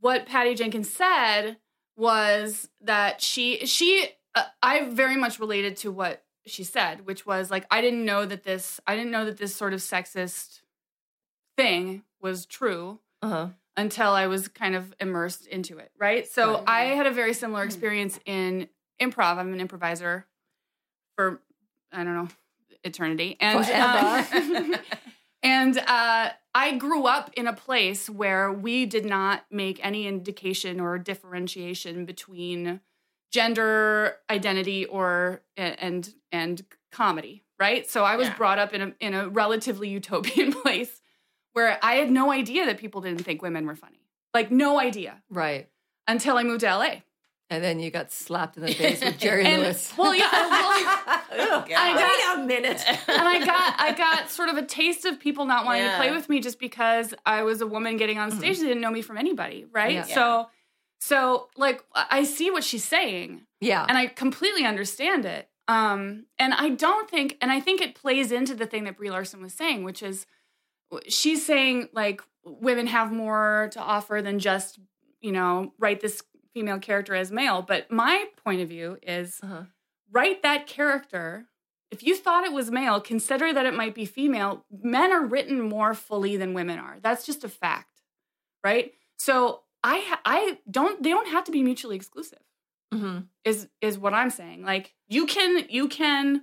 Speaker 3: what Patty Jenkins said was that she she uh, I very much related to what she said, which was like I didn't know that this I didn't know that this sort of sexist thing was true
Speaker 1: uh-huh.
Speaker 3: until I was kind of immersed into it, right? So
Speaker 1: Right. Mm-hmm.
Speaker 3: I had a very similar experience in improv. I'm an improviser for I don't know eternity, and um,
Speaker 1: Forever.
Speaker 3: and uh, I grew up in a place where we did not make any indication or differentiation between gender identity or a- and and comedy, right? So I was
Speaker 2: Yeah.
Speaker 3: brought up in a in a relatively utopian place where I had no idea that people didn't think women were funny. Like no idea
Speaker 1: right
Speaker 3: until I moved to LA.
Speaker 1: and then you got slapped in the face with jerry
Speaker 3: And
Speaker 1: lewis
Speaker 3: well, yeah, well,
Speaker 1: Ugh,
Speaker 2: God.
Speaker 1: wait a minute
Speaker 3: and I got I got sort of a taste of people not wanting to
Speaker 2: Yeah.
Speaker 3: play with me just because I was a woman getting on stage. They didn't know me from anybody, right?
Speaker 1: Yeah.
Speaker 3: So, so like I see what she's saying,
Speaker 1: yeah
Speaker 3: and I completely understand it. Um, and I don't think, and I think it plays into the thing that Brie Larson was saying, which is she's saying like women have more to offer than just you know write this female character as male. But my point of view is
Speaker 1: uh-huh.
Speaker 3: write that character. If you thought it was male, consider that it might be female. Men are written more fully than women are. That's just a fact, right? So I ha- I don't they don't have to be mutually exclusive
Speaker 1: hmm
Speaker 3: is is what I'm saying. Like you can you can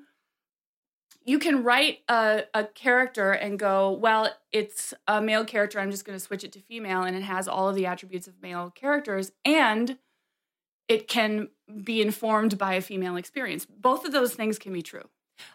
Speaker 3: you can write a, a character and go, well, it's a male character. I'm just going to switch it to female, and it has all of the attributes of male characters, and it can be informed by a female experience. Both of those things can be true.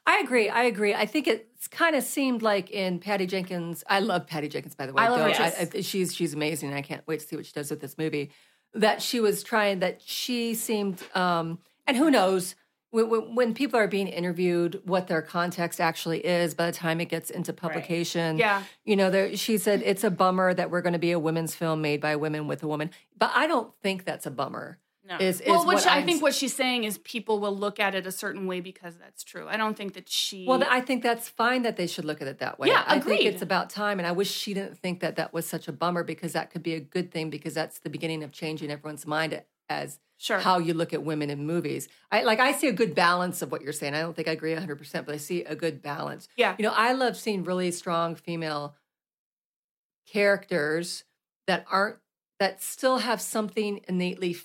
Speaker 1: I agree. I agree. I think it's kind of seemed like in Patty Jenkins. I love Patty Jenkins, by the way.
Speaker 3: I love her
Speaker 1: Don't-
Speaker 3: too.
Speaker 1: I- she's she's amazing. I can't wait to see what she does with this movie. That she was trying. That she seemed. um And who knows when, when, when people are being interviewed, what their context actually is by the time it gets into publication.
Speaker 3: Yeah.
Speaker 1: You know, there, she said it's a bummer that we're going to be a women's film made by women with a woman, but I don't think that's a bummer.
Speaker 2: No.
Speaker 1: Is, is
Speaker 3: well, which
Speaker 1: what
Speaker 3: I
Speaker 1: I'm
Speaker 3: think what she's saying is people will look at it a certain way because that's true. I don't think that she.
Speaker 1: Well, th- I think that's fine that they should look at it that way.
Speaker 3: Yeah,
Speaker 1: I think
Speaker 3: agreed.
Speaker 1: it's about time, and I wish she didn't think that that was such a bummer because that could be a good thing because that's the beginning of changing everyone's mind as
Speaker 3: sure.
Speaker 1: how you look at women in movies. I like I see a good balance of what you're saying. I don't think I agree 100, percent but I see a good balance.
Speaker 3: Yeah.
Speaker 1: You know, I love seeing really strong female characters that aren't that still have something innately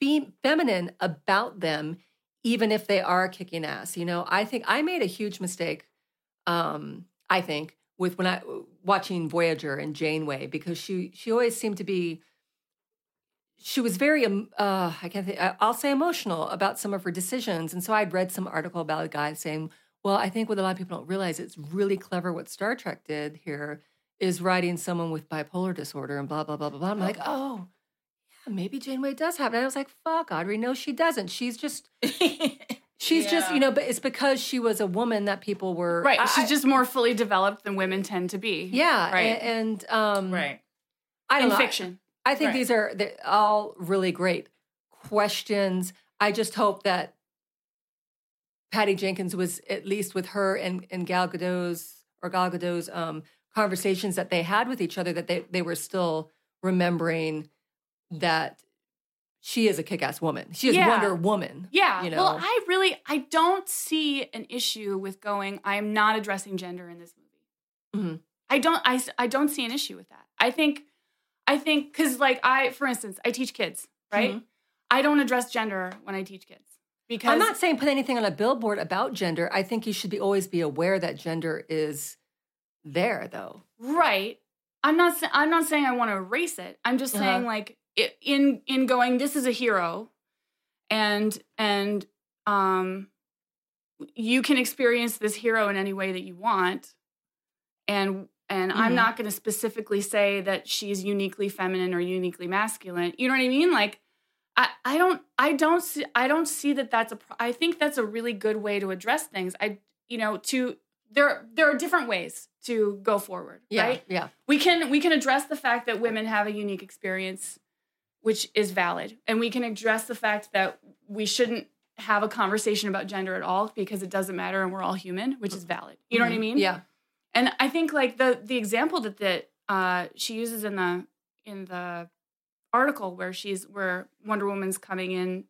Speaker 1: fe- feminine about them even if they are kicking ass you know i think i made a huge mistake um i think with when i watching voyager and janeway because she she always seemed to be she was very um, uh i can't think I- i'll say emotional about some of her decisions and so i'd read some article about a guy saying well i think what a lot of people don't realize it's really clever what star trek did here is writing someone with bipolar disorder and blah blah blah blah blah i'm like oh yeah maybe janeway does have it and i was like fuck audrey no she doesn't she's just She's just,
Speaker 2: Yeah.
Speaker 1: you know, but it's because she was a woman that people were
Speaker 3: Right.
Speaker 1: I-
Speaker 3: she's just more fully developed than women tend to be.
Speaker 1: yeah,
Speaker 3: Right.
Speaker 1: and, and um,
Speaker 2: Right.
Speaker 1: I don't
Speaker 3: In
Speaker 1: know.
Speaker 3: fiction.
Speaker 1: I think
Speaker 2: Right.
Speaker 1: these are they're all really great questions. I just hope that Patty Jenkins was at least with her and, and Gal Gadot's or Gal Gadot's um, conversations that they had with each other that they, they were still remembering that she is a kick-ass woman. She is
Speaker 3: Yeah.
Speaker 1: Wonder Woman.
Speaker 3: Yeah.
Speaker 1: You
Speaker 3: Well,
Speaker 1: know.
Speaker 3: I really I don't see an issue with going. I am not addressing gender in this movie.
Speaker 1: Mhm.
Speaker 3: I don't. I s- I don't see an issue with that. I think. I think because like I, for instance, I teach kids, right? I don't address gender when I teach kids because
Speaker 1: Mm-hmm. I'm not saying put anything on a billboard about gender. I think you should be always be aware that gender is there though.
Speaker 3: right. I'm not. sa- I'm not saying I want to erase it. I'm just
Speaker 1: Uh-huh.
Speaker 3: saying like i in in going. This is a hero, and and um, you can experience this hero in any way that you want, and and I'm
Speaker 1: Mhm.
Speaker 3: not going to specifically say that she's uniquely feminine or uniquely masculine. You know what I mean? Like. I, I don't I don't see I don't see that that's a pro- I think that's a really good way to address things. I you know to there there are different ways to go forward,
Speaker 1: Yeah.
Speaker 3: right?
Speaker 1: Yeah.
Speaker 3: we can we can address the fact that women have a unique experience which is valid and we can address the fact that we shouldn't have a conversation about gender at all because it doesn't matter and we're all human which is valid you know what i
Speaker 1: Mhm.
Speaker 3: mean
Speaker 1: Yeah.
Speaker 3: and i think like the the example that that uh, she uses in the in the article where she's where wonder woman's coming in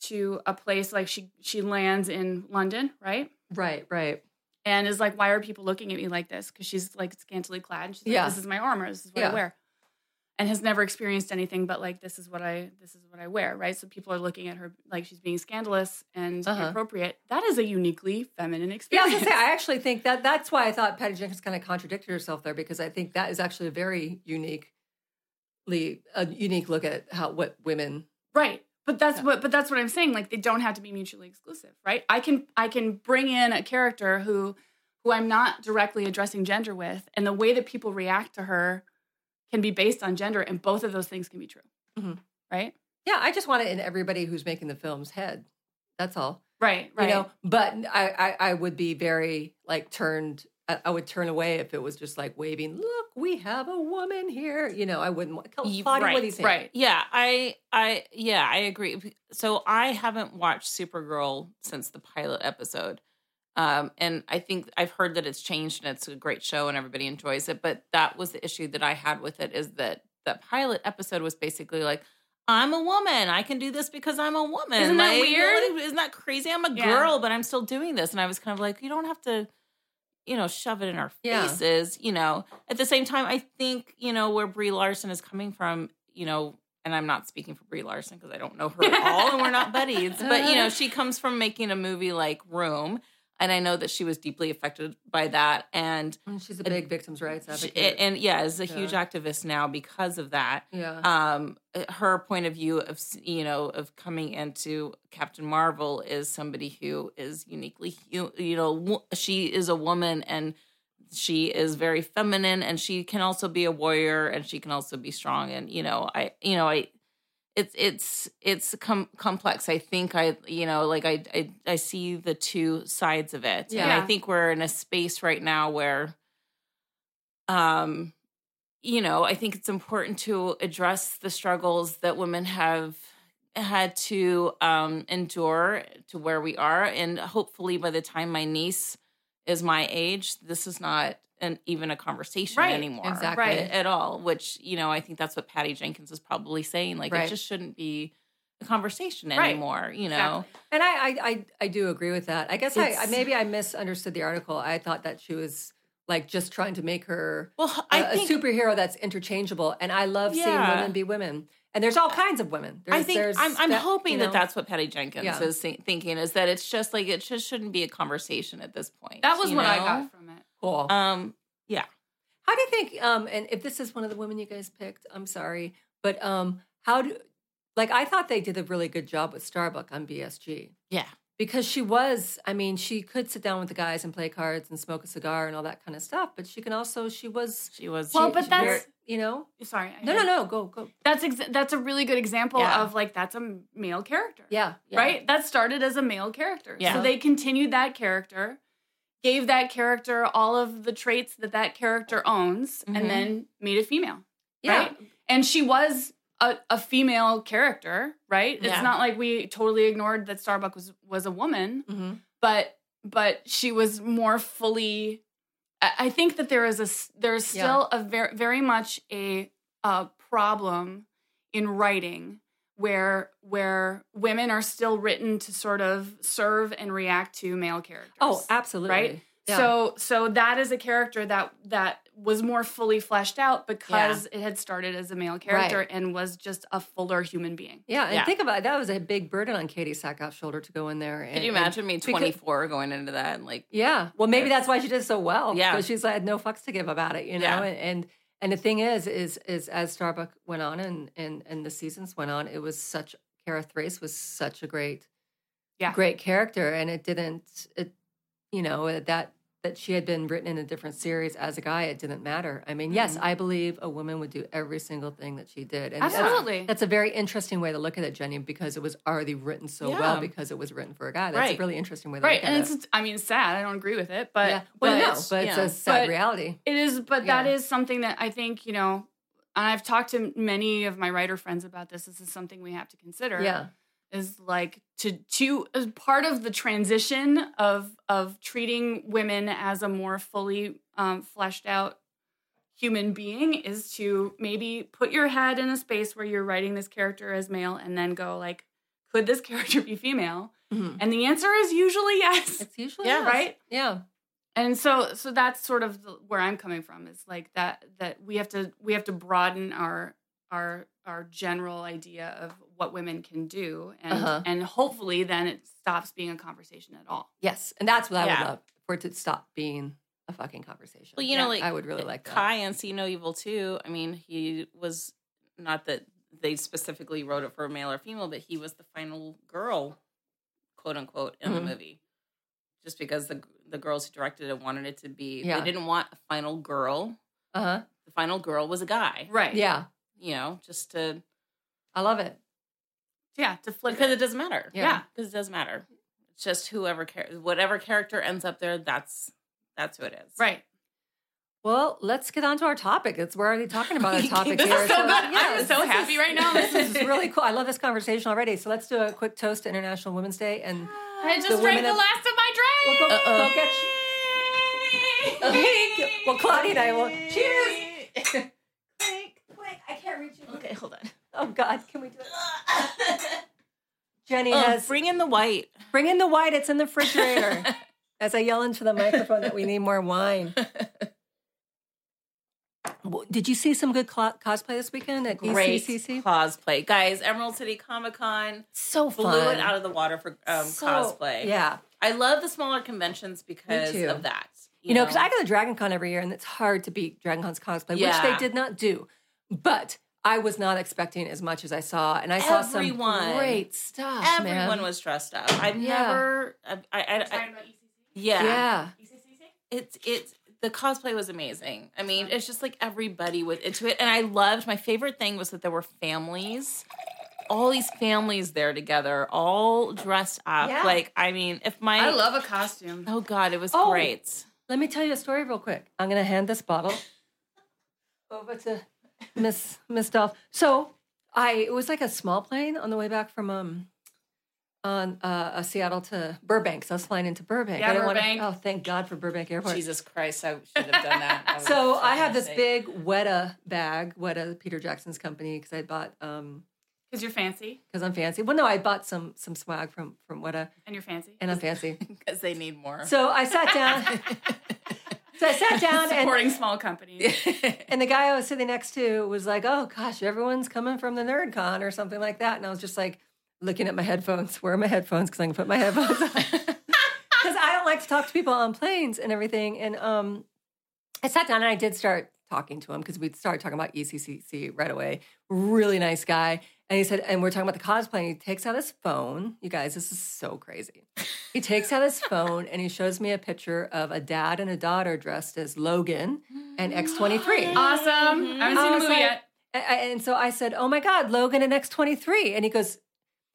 Speaker 3: to a place like she she lands in london right
Speaker 1: Right, right.
Speaker 3: and is like, "Why are people looking at me like this?" Because she's like scantily clad. And she's like,
Speaker 1: Yeah.
Speaker 3: "This is my armor. This is what
Speaker 1: Yeah.
Speaker 3: I wear," and has never experienced anything but like, "This is what I this is what I wear." Right. So people are looking at her like she's being scandalous and
Speaker 1: Uh-huh.
Speaker 3: inappropriate. That is a uniquely feminine
Speaker 1: Yeah, I was
Speaker 3: experience.
Speaker 1: gonna say. I actually think that that's why I thought Patty Jenkins kind of contradicted herself there because I think that is actually a very uniquely a unique look at how what women.
Speaker 3: right. But that's
Speaker 1: Yeah.
Speaker 3: what but that's what I'm saying. Like they don't have to be mutually exclusive, right? I can I can bring in a character who who I'm not directly addressing gender with, and the way that people react to her can be based on gender, and both of those things can be true.
Speaker 1: Mhm.
Speaker 3: Right?
Speaker 1: Yeah, I just want it in everybody who's making the film's head. That's all.
Speaker 3: Right, right.
Speaker 1: You know, but I, I I would be very like turned. I I would turn away if it was just like waving. Look, we have a woman here. You know, I wouldn't. want-
Speaker 2: You-
Speaker 1: Claudia, what do you
Speaker 2: right,
Speaker 1: think?
Speaker 3: Right.
Speaker 2: Yeah, I I yeah, I agree. So I haven't watched Supergirl since the pilot episode. Um and I think I've heard that it's changed and it's a great show and everybody enjoys it, but that was the issue that I had with it is that the pilot episode was basically like I'm a woman. I can do this because I'm a woman.
Speaker 3: Isn't that
Speaker 2: Like,
Speaker 3: weird?
Speaker 2: what- Isn't that crazy? I'm a
Speaker 3: Yeah.
Speaker 2: girl, but I'm still doing this. And I was kind of like, you don't have to, you know, shove it in our
Speaker 1: Yeah.
Speaker 2: faces. You know, at the same time, I think you know where Brie Larson is coming from. You know, and I'm not speaking for Brie Larson because I don't know her at all, and we're not buddies. But you know, she comes from making a movie like Room, and I know that she was deeply affected by that. And
Speaker 1: And she's a big victims' rights
Speaker 2: she,
Speaker 1: advocate.
Speaker 2: and yeah, is a
Speaker 1: Yeah.
Speaker 2: huge activist now because of that
Speaker 1: yeah.
Speaker 2: um her point of view of you know of coming into captain marvel is somebody who is uniquely hu- you know wo- she is a woman and she is very feminine and she can also be a warrior and she can also be strong and you know i you know i it's it's it's com- complex i think i you know like I, I i see the two sides of it and i
Speaker 3: Yeah.
Speaker 2: think we're in a space right now where um you know, I think it's important to address the struggles that women have had to um, endure to where we are. And hopefully, by the time my niece is my age, this is not an, even a conversation
Speaker 3: Right,
Speaker 2: anymore
Speaker 1: exactly.
Speaker 2: a- at all, which, you know, I think that's what Patty Jenkins is probably saying. Like,
Speaker 1: Right.
Speaker 2: it just shouldn't be a conversation
Speaker 3: Right.
Speaker 2: anymore, you know?
Speaker 3: Exactly.
Speaker 1: And I, I, I, I do agree with that. I guess I, I
Speaker 2: It's-
Speaker 1: maybe I misunderstood the article. I thought that she was like just trying to make her
Speaker 2: Well,
Speaker 1: a,
Speaker 2: I
Speaker 1: a
Speaker 2: think
Speaker 1: superhero that's interchangeable. And I love seeing
Speaker 2: Yeah.
Speaker 1: women be women. And there's all kinds of women. There's,
Speaker 2: I think
Speaker 1: there's
Speaker 2: I'm, I'm
Speaker 1: that-
Speaker 2: hoping
Speaker 1: you know,
Speaker 2: that that's what Patty Jenkins
Speaker 1: Yeah.
Speaker 2: is thi- thinking is that it's just like it just shouldn't be a conversation at this point.
Speaker 3: That was
Speaker 2: you
Speaker 3: what I
Speaker 2: know?
Speaker 3: got from it.
Speaker 1: cool.
Speaker 2: Um, yeah.
Speaker 1: how do you think? Um, and if this is one of the women you guys picked, I'm sorry, but um, how do like I thought they did a really good job with Starbuck on BSG.
Speaker 2: Yeah.
Speaker 1: because she was i mean she could sit down with the guys and play cards and smoke a cigar and all that kind of stuff but she can also she was
Speaker 2: She was
Speaker 3: Well,
Speaker 1: she-
Speaker 3: but
Speaker 1: she-
Speaker 3: that's-
Speaker 1: you know
Speaker 3: Sorry. I
Speaker 1: no no
Speaker 3: had-
Speaker 1: no go go
Speaker 3: That's exa- that's a really good example
Speaker 2: Yeah.
Speaker 3: of like that's a male character.
Speaker 1: yeah, yeah.
Speaker 3: Right? That started as a male character.
Speaker 2: Yeah.
Speaker 3: So they continued that character, gave that character all of the traits that that character owns,
Speaker 2: Mhm.
Speaker 3: and then made a female.
Speaker 1: yeah
Speaker 3: Right? And she was a, a female character, right?
Speaker 2: Yeah.
Speaker 3: It's not like we totally ignored that Starbuck was was a woman,
Speaker 1: hmm
Speaker 3: but but she was more fully. I I think that there is a s- there is
Speaker 1: Yeah.
Speaker 3: still a very very much a, uh problem in writing where where women are still written to sort of serve and react to male characters.
Speaker 1: oh absolutely
Speaker 3: Right?
Speaker 1: Yeah.
Speaker 3: So so that is a character that that was more fully fleshed out because it had started as a male character and was just a fuller human being.
Speaker 1: yeah and
Speaker 2: Yeah.
Speaker 1: think about it that was a big burden on katie sackoff's shoulder to go in there and
Speaker 2: Could you
Speaker 1: and-
Speaker 2: imagine me
Speaker 1: because-
Speaker 2: 24 going into that and like
Speaker 1: Yeah. Well, maybe that's why she did so well.
Speaker 2: Yeah.
Speaker 1: Because she's like no fucks to give about it, you know.
Speaker 2: Yeah.
Speaker 1: And, and and the thing is, is is as Starbuck went on and and and the seasons went on, it was such Kara Thrace was such a great,
Speaker 3: Yeah.
Speaker 1: great character, and it didn't it, you know uh, that that she had been written in a different series as a guy, it didn't matter. I mean, yes,
Speaker 3: Mhm.
Speaker 1: I believe a woman would do every single thing that she did, and that's-
Speaker 3: Absolutely.
Speaker 1: That's a very interesting way to look at it, Jenny, because it was already written so
Speaker 2: Yeah.
Speaker 1: well because it was written for a guy. That's
Speaker 2: Right.
Speaker 1: a really interesting way to
Speaker 3: right.
Speaker 1: look at
Speaker 3: And
Speaker 1: it.
Speaker 3: it's I mean it's sad. I don't agree with it, but
Speaker 1: yeah. Well,
Speaker 3: but
Speaker 1: no,
Speaker 3: it's-
Speaker 1: but
Speaker 2: yeah.
Speaker 1: it's a sad
Speaker 3: But-
Speaker 1: reality.
Speaker 3: It is, but that
Speaker 1: Yeah.
Speaker 3: is something that I think, you know, and I've talked to many of my writer friends about this. This is something we have to consider.
Speaker 1: Yeah.
Speaker 3: Is like to to as part of the transition of of treating women as a more fully um, fleshed out human being is to maybe put your head in a space where you're writing this character as male and then go like, could this character be female? And the answer is usually yes.
Speaker 1: Mm-hmm. It's usually
Speaker 2: Yeah.
Speaker 1: us.
Speaker 3: Right?
Speaker 1: Yeah.
Speaker 3: and so so that's sort of the, where i'm coming from is like that that we have to we have to broaden our our our general idea of what women can do and
Speaker 1: Uh-huh.
Speaker 3: and hopefully then it stops being a conversation at all
Speaker 1: Yes. And that's what I
Speaker 2: Yeah.
Speaker 1: would love for it to stop being a fucking conversation.
Speaker 2: Well, you know,
Speaker 1: Yeah.
Speaker 2: like, uh,
Speaker 1: I would really like that.
Speaker 2: Kai and See No Evil too. I mean, he was not that they specifically wrote it for male or female, but he was the final girl, quote unquote, in
Speaker 1: Mhm.
Speaker 2: the movie. Just because the the girls who directed it wanted it to be,
Speaker 1: Yeah.
Speaker 2: they didn't want a final girl.
Speaker 1: Uh huh.
Speaker 2: The final girl was a guy,
Speaker 3: right yeah
Speaker 1: Yeah.
Speaker 2: you know, just to
Speaker 1: I love it.
Speaker 3: yeah to flip
Speaker 2: because
Speaker 3: it.
Speaker 2: it doesn't matter.
Speaker 1: Yeah.
Speaker 2: because it doesn't matter. It's just whoever char- whatever character ends up there, that's that's who it is.
Speaker 3: right
Speaker 1: Well, let's get on to our topic. It's we're already talking about our topic
Speaker 2: This is
Speaker 1: here.
Speaker 2: so good.
Speaker 3: I'm so
Speaker 1: this is-
Speaker 3: happy right now.
Speaker 1: This is really cool. I love this conversation already. So let's do a quick toast to International Women's Day and
Speaker 3: i just
Speaker 1: The
Speaker 3: drank
Speaker 1: women
Speaker 3: the
Speaker 1: of-
Speaker 3: last of my
Speaker 1: we'll
Speaker 3: drink
Speaker 1: go, go get you. Well, Claudia and I will. Cheers. Quick, quick. I can't reach you.
Speaker 2: Okay, hold on.
Speaker 1: Oh God, can we do it? Jenny
Speaker 2: Oh,
Speaker 1: has
Speaker 2: bring in the white.
Speaker 1: Bring in the white. It's in the refrigerator. As I yell into the microphone that we need more wine. Well, Did you see some good clo- cosplay this weekend at E
Speaker 2: great
Speaker 1: ECCC?
Speaker 2: cosplay, guys. Emerald City Comic Con
Speaker 1: So
Speaker 2: blew
Speaker 1: fun.
Speaker 2: it out of the water for um,
Speaker 1: So-
Speaker 2: cosplay.
Speaker 1: Yeah.
Speaker 2: I love the smaller conventions because
Speaker 1: too.
Speaker 2: of that.
Speaker 1: You know, because I go to Dragon Con every year and it's hard to beat Dragon Con's cosplay, which
Speaker 2: Yeah.
Speaker 1: they did not do. But I was not expecting as much as I saw. And I saw
Speaker 2: Everyone.
Speaker 1: some great stuff.
Speaker 2: everyone
Speaker 1: man.
Speaker 2: was dressed up. I've
Speaker 1: Yeah.
Speaker 2: never, I, I, I, I
Speaker 3: about ECC?
Speaker 2: yeah.
Speaker 1: Yeah.
Speaker 2: it's it's the cosplay was amazing. I mean, it's just like everybody was into it, and I loved. My favorite thing was that there were families. All these families there together, all dressed up.
Speaker 1: Yeah.
Speaker 2: Like, I mean, if my
Speaker 3: i love a costume
Speaker 2: oh god, it was
Speaker 1: Oh.
Speaker 2: great.
Speaker 1: Let me tell you a story real quick. I'm going to hand this bottle over to Miss Miss Dolph. So I it was like a small plane on the way back from um on uh, uh Seattle to Burbank. So I was flying into Burbank.
Speaker 3: Yeah,
Speaker 1: I didn't wanna-
Speaker 3: Burbank.
Speaker 1: oh, thank God for Burbank Airport.
Speaker 2: Jesus Christ, I should have done that. That was
Speaker 1: So
Speaker 2: such
Speaker 1: I
Speaker 2: a
Speaker 1: have this
Speaker 2: mistake.
Speaker 1: big Weta bag, Weta Peter Jackson's company, because I bought um
Speaker 3: because you're fancy
Speaker 1: because I'm fancy. Well, no, I bought some some swag from from Weta,
Speaker 3: and you're fancy
Speaker 1: and I'm fancy.
Speaker 2: because they need more.
Speaker 1: So I sat down. so I sat down and
Speaker 3: supporting small companies
Speaker 1: And the guy I was sitting next to was like, "Oh gosh, everyone's coming from the nerd con or something like that." And I was just like looking at my headphones. Where are my headphones? Because I can put my headphones on. Because I don't like to talk to people on planes and everything. And um, I sat down and I did start talking to him because we'd started talking about E ECCC right away. Really nice guy. And he said, and we're talking about the cosplay. And he takes out his phone. You guys, this is so crazy. He takes out his phone and he shows me a picture of a dad and a daughter dressed as Logan and X23.
Speaker 3: Awesome. I haven't seen the
Speaker 1: was
Speaker 3: movie
Speaker 1: like-
Speaker 3: yet.
Speaker 1: A- a- And so I said, "Oh my God, Logan and X twenty three. And he goes,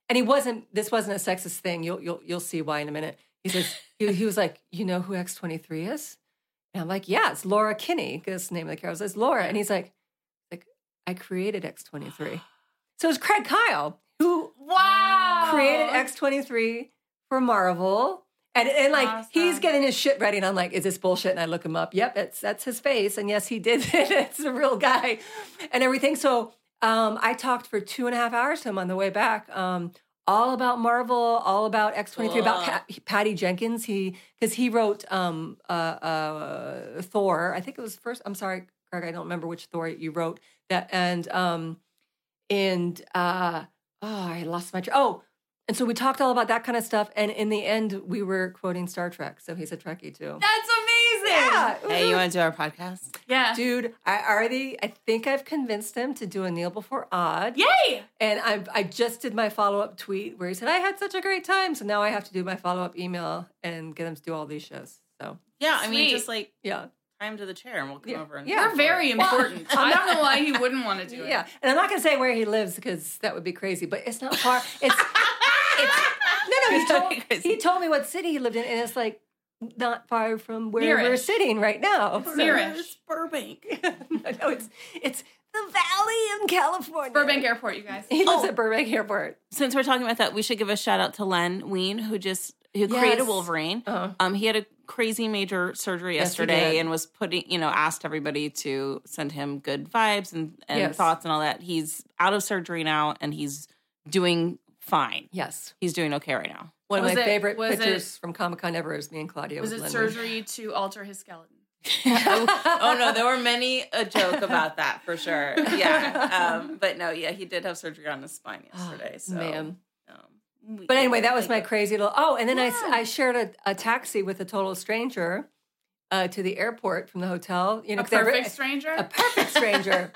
Speaker 1: and he wasn't. This wasn't a sexist thing. You'll you'll you'll see why in a minute. He says he, he was like, you know who X twenty three is? And I'm like, yeah, it's Laura Kinney. 'cause That's the name of the character. It's Laura. And he's like, like I created X twenty three. So it was Craig Kyle who
Speaker 3: Wow.
Speaker 1: created X twenty three for Marvel. And, and like he's
Speaker 3: Awesome.
Speaker 1: getting his shit ready, and I'm like, "Is this bullshit?" And I look him up. Yep, that's that's his face, and yes, he did it. It's a real guy, and everything. So um, I talked for two and a half hours to him on the way back, um, all about Marvel, all about X twenty three, about
Speaker 2: Cool.
Speaker 1: Pat, Patty Jenkins. He because he wrote um, uh, uh, Thor. I think it was first. I'm sorry, Greg, I don't remember which Thor you wrote that, and um, and uh, oh, I lost my tra- oh. And so we talked all about that kind of stuff, and in the end, we were quoting Star Trek. So he's a Trekkie too.
Speaker 3: That's amazing.
Speaker 1: Yeah, it was
Speaker 2: Hey,
Speaker 1: really
Speaker 2: you want to do our podcast?
Speaker 3: Yeah.
Speaker 1: dude i already i think i've convinced him to do a kneel before odd
Speaker 3: Yay.
Speaker 1: and i i just did my follow-up tweet where he said i had such a great time so now i have to do my follow-up email and get him to do all these shows so
Speaker 2: Yeah, I mean,
Speaker 3: Sweet.
Speaker 2: just like
Speaker 1: yeah
Speaker 2: tie him to the chair and we'll come
Speaker 1: Yeah.
Speaker 2: over and
Speaker 1: Yeah.
Speaker 3: We're very important. I don't know why he wouldn't want to do it.
Speaker 1: yeah and i'm not going to say where he lives because that would be crazy but it's not far it's, it's no no he
Speaker 2: That would
Speaker 1: told,
Speaker 2: be crazy.
Speaker 1: he told me what city he lived in and it's like not far from where
Speaker 3: Nearish.
Speaker 1: we're sitting right now So-
Speaker 3: nearish.
Speaker 2: It's Burbank.
Speaker 1: no it's it's the valley in california
Speaker 3: Burbank Airport, you guys.
Speaker 1: he lives
Speaker 2: Oh.
Speaker 1: at burbank airport
Speaker 2: Since we're talking about that, we should give a shout out to Len Wein, who just who
Speaker 1: Yes.
Speaker 2: created Wolverine.
Speaker 1: Uh-huh.
Speaker 2: Um, he had a crazy major surgery
Speaker 1: Yes, he
Speaker 2: yesterday
Speaker 1: did.
Speaker 2: and was putting, you know, asked everybody to send him good vibes and, and
Speaker 1: Yes.
Speaker 2: thoughts and all that. He's out of surgery now and he's doing fine.
Speaker 1: yes
Speaker 2: He's doing okay right now.
Speaker 1: One
Speaker 3: Was
Speaker 1: of my
Speaker 3: it-
Speaker 1: favorite
Speaker 3: was
Speaker 1: pictures from Comic Con ever is me and Claudia.
Speaker 3: Was
Speaker 1: with
Speaker 3: it
Speaker 1: Lynn.
Speaker 3: surgery to alter his skeleton?
Speaker 2: oh no, there were many a joke about that for sure. Yeah, um, but no, yeah, he did have surgery on his spine yesterday. So,
Speaker 1: Ma'am.
Speaker 2: um, we-
Speaker 1: Oh, But anyway, that was my crazy little. Oh, and then I s
Speaker 2: Yeah.
Speaker 1: I I, shared a, a taxi with a total stranger uh, to the airport from the hotel. You know,
Speaker 3: A
Speaker 1: 'cause I re-
Speaker 3: perfect stranger?
Speaker 1: a perfect stranger.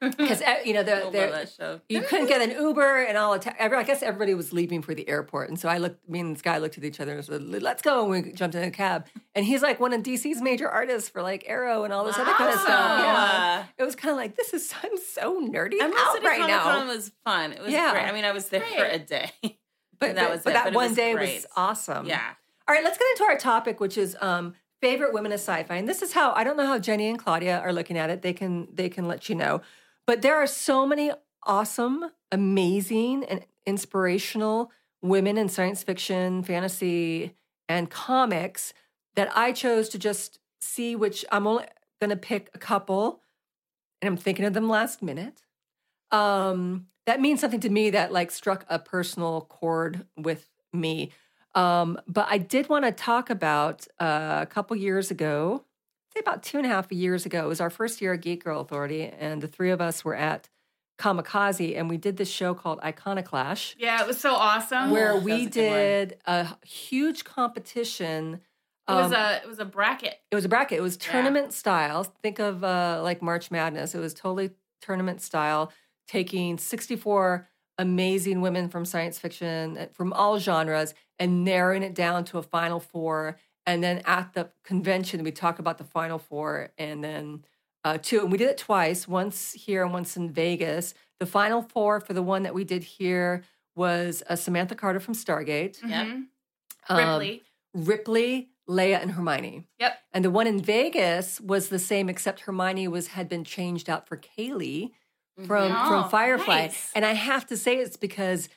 Speaker 1: Because you know,
Speaker 2: I
Speaker 1: they're,
Speaker 2: love
Speaker 1: they're,
Speaker 2: that show.
Speaker 1: you couldn't get an Uber, and all. Atta- every, I guess everybody was leaving for the airport, and so I looked. Me and this guy looked at each other and said, "Let's go." And we jumped in a cab, and he's like one of DC's major artists for like Arrow and all this other kind of stuff. Yeah.
Speaker 2: Wow.
Speaker 1: It was kind of like this is I'm so nerdy
Speaker 2: And
Speaker 1: out
Speaker 2: City
Speaker 1: right
Speaker 2: Comic
Speaker 1: now.
Speaker 2: Con was fun. It was
Speaker 1: Yeah.
Speaker 2: great. I mean, I was there for
Speaker 3: Great.
Speaker 2: a day.
Speaker 1: but that,
Speaker 2: And that
Speaker 1: but,
Speaker 2: was
Speaker 1: but
Speaker 2: it,
Speaker 1: that
Speaker 2: but it
Speaker 1: one
Speaker 2: was
Speaker 1: day was
Speaker 2: great.
Speaker 1: awesome.
Speaker 2: yeah.
Speaker 1: All right, let's get into our topic, which is um, favorite women of sci-fi, and this is how I don't know how Jenny and Claudia are looking at it. They can they can let you know, but there are so many awesome, amazing, and inspirational women in science fiction, fantasy, and comics that I chose to just see. Which I'm only going to pick a couple, and I'm thinking of them last minute. Um, that means something to me that like struck a personal chord with me. Um, but I did want to talk about uh, a couple years ago, say about two and a half years ago, it was our first year at Geek Girl Authority, and the three of us were at Kamikaze, and we did this show called Iconoclash,
Speaker 3: yeah, it was so awesome.
Speaker 1: where
Speaker 2: that's a
Speaker 1: we
Speaker 2: good
Speaker 1: did a huge competition.
Speaker 3: it was
Speaker 1: um,
Speaker 3: a it was a bracket.
Speaker 1: it was a bracket. It was tournament style. Think of uh, like March Madness. It was totally tournament style, taking 64 amazing women from science fiction uh, from all genres and narrowing it down to a final four. And then at the convention, we talk about the final four and then uh, two. And we did it twice, once here and once in Vegas. The final four for the one that we did here was uh, Samantha Carter from Stargate,
Speaker 2: Yep.
Speaker 3: Mhm.
Speaker 1: um,
Speaker 3: Ripley.
Speaker 1: Ripley, Leia, and Hermione.
Speaker 3: Yep.
Speaker 1: And the one in Vegas was the same, except Hermione was had been changed out for Kaylee from
Speaker 2: Mm-hmm.
Speaker 3: Mhm. Oh,
Speaker 1: from Firefly.
Speaker 3: nice.
Speaker 1: And I have to say, it's because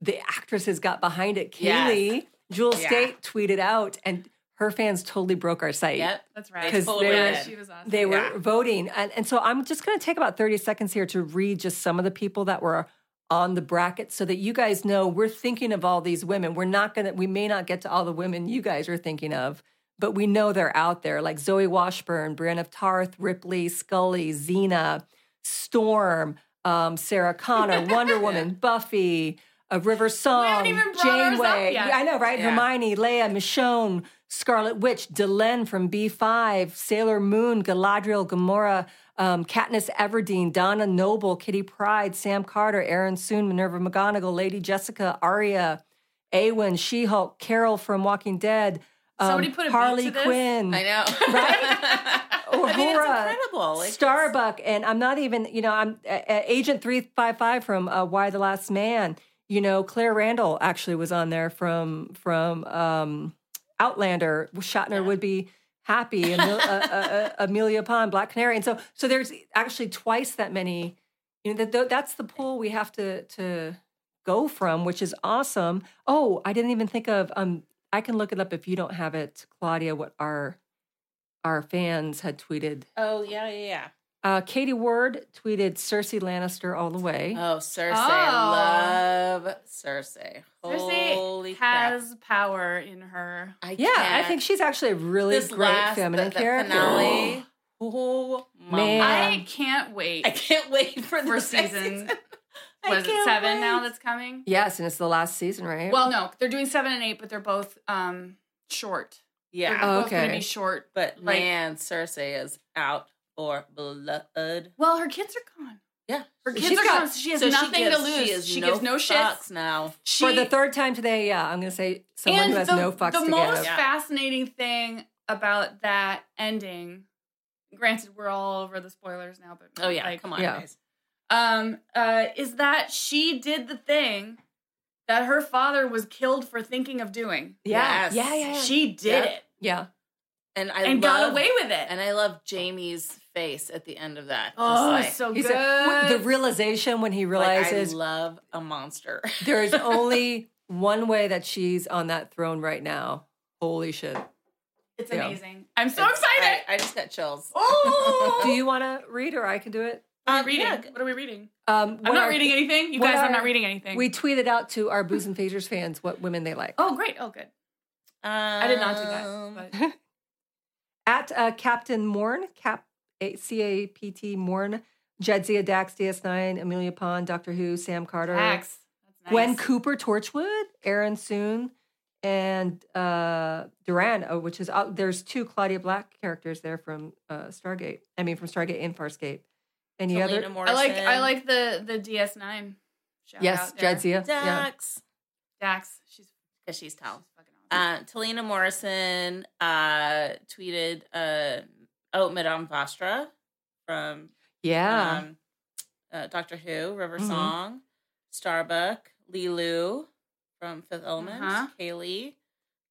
Speaker 1: the actresses got behind it.
Speaker 2: Yes.
Speaker 1: Kaylee, Jewel
Speaker 2: Yeah.
Speaker 1: State tweeted out, and her fans totally broke our site.
Speaker 2: Yep.
Speaker 3: That's right.
Speaker 1: 'Cause
Speaker 2: Totally
Speaker 1: they-
Speaker 3: yeah,
Speaker 2: did.
Speaker 3: she was awesome.
Speaker 1: They were
Speaker 2: Yeah.
Speaker 1: voting, and, and so I'm just going to take about 30 seconds here to read just some of the people that were on the bracket, so that you guys know we're thinking of all these women. We're not going to, we may not get to all the women you guys are thinking of, but we know they're out there, like Zoe Washburn, Brienne of Tarth, Ripley, Scully, Xena, Storm, um, Sarah Connor, Wonder Woman, Buffy, uh, River Song,
Speaker 3: even brought ours up
Speaker 1: Janeway.
Speaker 3: yet.
Speaker 1: Yeah, I know, right?
Speaker 2: Yeah.
Speaker 1: Hermione, Leia, Michonne, Scarlet Witch, Delenn from B5, Sailor Moon, Galadriel, Gamora, um, Katniss Everdeen, Donna Noble, Kitty Pride, Sam Carter, Aaron Soon, Minerva McGonagall, Lady Jessica, Arya, Awen, She Hulk, Carol from Walking Dead, um,
Speaker 3: Somebody put a beat
Speaker 1: Harley
Speaker 3: to this.
Speaker 1: Quinn,
Speaker 2: I know.
Speaker 1: Uhura,
Speaker 2: I mean, it's incredible. Like,
Speaker 1: Starbuck, and I'm not even, you know, I'm uh, uh, Agent 355 from uh, Why the Last Man. You know, Claire Randall actually was on there from from um, Outlander. Shatner would be happy. Emil- uh, uh, uh, Amelia Pond, Black Canary, and so so there's actually twice that many. You know, that that's the pool we have to to go from, which is awesome. Oh, I didn't even think of. Um, I can look it up if you don't have it, Claudia. What our our fans had tweeted.
Speaker 2: oh yeah, yeah,
Speaker 1: Uh, Katie Ward tweeted Cersei Lannister all the way.
Speaker 2: yeah. Oh, Cersei,
Speaker 3: Oh.
Speaker 2: love Cersei.
Speaker 3: Cersei
Speaker 2: Holy crap.
Speaker 3: has power in her.
Speaker 2: I
Speaker 1: yeah, I
Speaker 2: can't.
Speaker 1: think she's actually a really
Speaker 2: this
Speaker 1: great
Speaker 2: last
Speaker 1: feminine
Speaker 2: the, the
Speaker 1: character.
Speaker 2: Finale. Oh
Speaker 1: Man.
Speaker 2: man,
Speaker 3: I can't wait
Speaker 2: I can't wait for the
Speaker 3: for
Speaker 2: next
Speaker 3: season.
Speaker 2: I
Speaker 3: Was it
Speaker 2: can't
Speaker 3: seven
Speaker 2: wait.
Speaker 3: now that's coming?
Speaker 1: Yes, and it's the last season, right?
Speaker 3: Well, no, they're doing seven and eight, but they're both um short. They're
Speaker 2: Yeah,
Speaker 1: Oh.
Speaker 3: both going to
Speaker 1: Okay.
Speaker 3: be short.
Speaker 2: but
Speaker 3: Like-
Speaker 2: man, Cersei is out for blood.
Speaker 3: Well, her kids are gone.
Speaker 2: Yeah,
Speaker 3: Her kids
Speaker 1: She's
Speaker 3: are
Speaker 1: got-
Speaker 3: gone, so she has
Speaker 2: So
Speaker 3: nothing
Speaker 2: gives-
Speaker 3: to lose.
Speaker 2: She,
Speaker 3: She,
Speaker 2: is
Speaker 3: gives no shit.
Speaker 2: fucks now.
Speaker 3: She,
Speaker 1: For the third time today, yeah, I'm going to say someone
Speaker 3: and
Speaker 1: who has
Speaker 3: the,
Speaker 1: no fucks
Speaker 3: the
Speaker 1: to
Speaker 3: most
Speaker 1: give.
Speaker 2: Yeah.
Speaker 3: fascinating thing about that ending, granted, we're all over the spoilers now, but
Speaker 2: Oh yeah,
Speaker 3: like,
Speaker 2: come on,
Speaker 1: yeah.
Speaker 2: guys.
Speaker 3: um, uh, is that she did the thing that her father was killed for thinking of doing.
Speaker 1: Yeah.
Speaker 2: Yes.
Speaker 1: yeah, yeah, yeah,
Speaker 3: She did
Speaker 2: Yep.
Speaker 3: it
Speaker 1: yeah.
Speaker 2: And I love,
Speaker 3: and got away with it.
Speaker 2: And I love Jamie's face at the end of that.
Speaker 3: oh,
Speaker 2: Just like,
Speaker 3: it's so
Speaker 1: He
Speaker 3: good.
Speaker 1: said, the realization when he
Speaker 2: like,
Speaker 1: realizes
Speaker 2: I love a monster.
Speaker 1: there is only one way that she's on that throne right now. Holy shit!
Speaker 3: it's
Speaker 1: yeah.
Speaker 3: amazing. I'm so
Speaker 2: It's-
Speaker 3: excited.
Speaker 2: I, I just got chills.
Speaker 3: oh,
Speaker 1: Do you want to read, or I can do it?
Speaker 3: What are
Speaker 2: Um,
Speaker 3: we reading?
Speaker 2: yeah,
Speaker 3: What are we reading?
Speaker 1: Um,
Speaker 3: I'm
Speaker 1: what
Speaker 3: not
Speaker 1: our-
Speaker 3: reading anything. You
Speaker 1: what
Speaker 3: guys, I'm
Speaker 1: are-
Speaker 3: not reading anything.
Speaker 1: We tweeted out to our booze and phasers fans what women they like.
Speaker 3: oh, great. Oh, good. I did not do that.
Speaker 2: Um,
Speaker 3: But.
Speaker 1: at uh, Captain Morn, Cap C A P T Morn, Jedzia Dax, DS9, Amelia Pond, Doctor Who, Sam Carter,
Speaker 3: Axe. That's nice.
Speaker 1: Gwen Cooper, Torchwood, Aaron Soon, and uh, Duran, oh, which is uh, there's two Claudia Black characters there from uh, Stargate. I mean, from Stargate and Farscape. Any
Speaker 2: Selena
Speaker 1: other?
Speaker 3: I like I
Speaker 2: Morrison,
Speaker 3: like the the DS9. Shout
Speaker 1: Yes,
Speaker 3: out there.
Speaker 1: Jedzia. Yeah.
Speaker 2: Dax
Speaker 3: Dax. She's
Speaker 2: because she's tall.
Speaker 3: fucking awesome.
Speaker 2: Uh, Talina Morrison uh, tweeted, uh, "Oh, Madame Vastra from
Speaker 1: Yeah.
Speaker 2: um, uh, Doctor Who, River
Speaker 1: Mhm.
Speaker 2: Song, Starbuck, Lilu from Fifth Element,
Speaker 3: Uh-huh.
Speaker 2: Kaylee,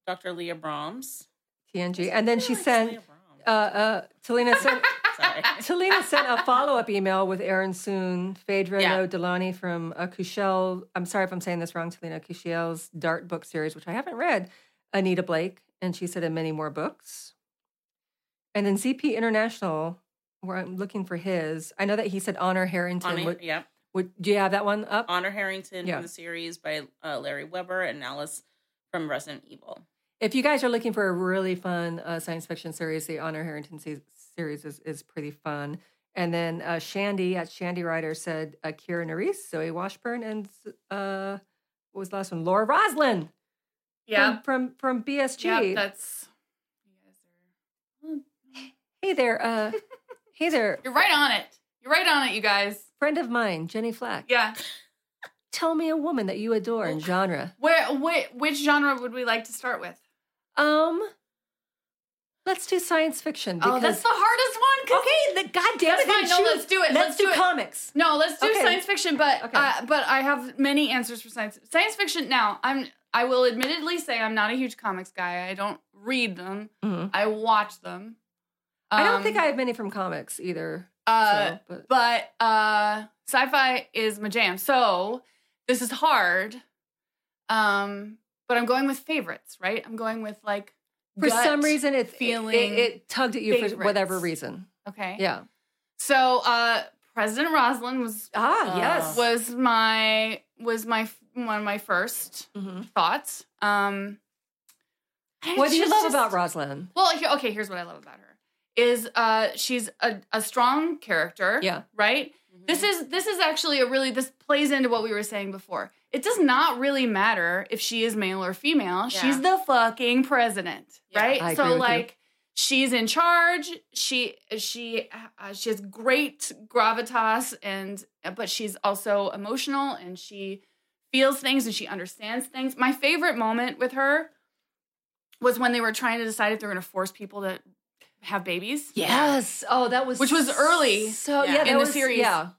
Speaker 2: Dr. Leah Brahms.
Speaker 1: TNG. And then she uh,
Speaker 2: Who likes
Speaker 1: sent
Speaker 2: Leah Brahms?
Speaker 1: uh, uh, Talina sent
Speaker 2: Sorry.
Speaker 1: Talina sent a follow up email with Aaron Soon, Phaedra
Speaker 2: Yeah.
Speaker 1: No Delani from uh, Kushel. I'm sorry if I'm saying this wrong, Talina. Kushel's Dart book series, which I haven't read, Anita Blake, and she said, and many more books. And then ZP International, where I'm looking for his. I know that he said Honor Harrington.
Speaker 2: Honor,
Speaker 1: Would-
Speaker 2: yep.
Speaker 1: would- do you have that one up?
Speaker 2: Honor Harrington
Speaker 1: Yeah.
Speaker 2: from the series by uh, Larry Weber and Alice from Resident Evil.
Speaker 1: If you guys are looking for a really fun uh, science fiction series, the Honor Harrington se- series is, is pretty fun. And then uh, Shandy at Shandy Rider said uh, Kira Nerys, Zoe Washburn, and uh, what was the last one? Laura Roslin
Speaker 3: yeah.
Speaker 1: from, from, from BSG.
Speaker 3: Yep, that's
Speaker 1: hey there. Uh, hey there.
Speaker 3: You're right on it. You're right on it, you guys.
Speaker 1: Friend of mine, Jenny Flack.
Speaker 3: Yeah.
Speaker 1: Tell me a woman that you adore in genre.
Speaker 3: Where whi- which genre would we like to start with?
Speaker 1: Um, Let's do science fiction. Because,
Speaker 3: oh, that's the hardest one. 'cause-
Speaker 1: okay, the, God damn
Speaker 3: That's
Speaker 1: it. then
Speaker 3: fine. No,
Speaker 1: choose-
Speaker 3: let's do it.
Speaker 1: Let's,
Speaker 3: Let's
Speaker 1: do,
Speaker 3: do it.
Speaker 1: comics.
Speaker 3: No, let's do
Speaker 1: Okay.
Speaker 3: science fiction, but
Speaker 1: Okay.
Speaker 3: uh, but I have many answers for science science fiction. Now, I'm I will admittedly say I'm not a huge comics guy. I don't read them.
Speaker 1: Mhm.
Speaker 3: I watch them.
Speaker 1: I don't
Speaker 3: Um,
Speaker 1: think I have many from comics either.
Speaker 3: Uh,
Speaker 1: So, but-
Speaker 3: but uh sci-fi is my jam so this is hard um but i'm going with favorites right i'm going with like
Speaker 1: for
Speaker 3: gut.
Speaker 1: some reason it,
Speaker 3: feeling
Speaker 1: it it tugged at you for
Speaker 3: favorites.
Speaker 1: whatever reason
Speaker 3: okay
Speaker 1: yeah
Speaker 3: so uh president roslin was uh,
Speaker 1: ah
Speaker 2: Oh.
Speaker 1: yes
Speaker 3: was my was my one of my first
Speaker 1: Mhm.
Speaker 3: thoughts um
Speaker 1: what do you
Speaker 3: she's
Speaker 1: love
Speaker 3: just-
Speaker 1: about Rosalind
Speaker 3: well here- okay here's what i love about her is uh she's a, a strong character
Speaker 1: yeah
Speaker 3: right
Speaker 2: Mm-hmm.
Speaker 3: This is this is actually a really this plays into what we were saying before. It does not really matter if she is male or female.
Speaker 2: Yeah.
Speaker 3: She's the fucking president,
Speaker 2: Yeah.
Speaker 3: right?
Speaker 1: I agree
Speaker 3: so
Speaker 1: with you.
Speaker 3: like she's in charge. She she uh, she has great gravitas and but she's also emotional and she feels things and she understands things. My favorite moment with her was when they were trying to decide if they're going to force people to have babies.
Speaker 1: Yes. Oh, that was
Speaker 3: Which was early
Speaker 1: So
Speaker 2: yeah,
Speaker 1: yeah,
Speaker 2: in
Speaker 1: that
Speaker 3: the
Speaker 1: was-
Speaker 3: series.
Speaker 1: Yeah.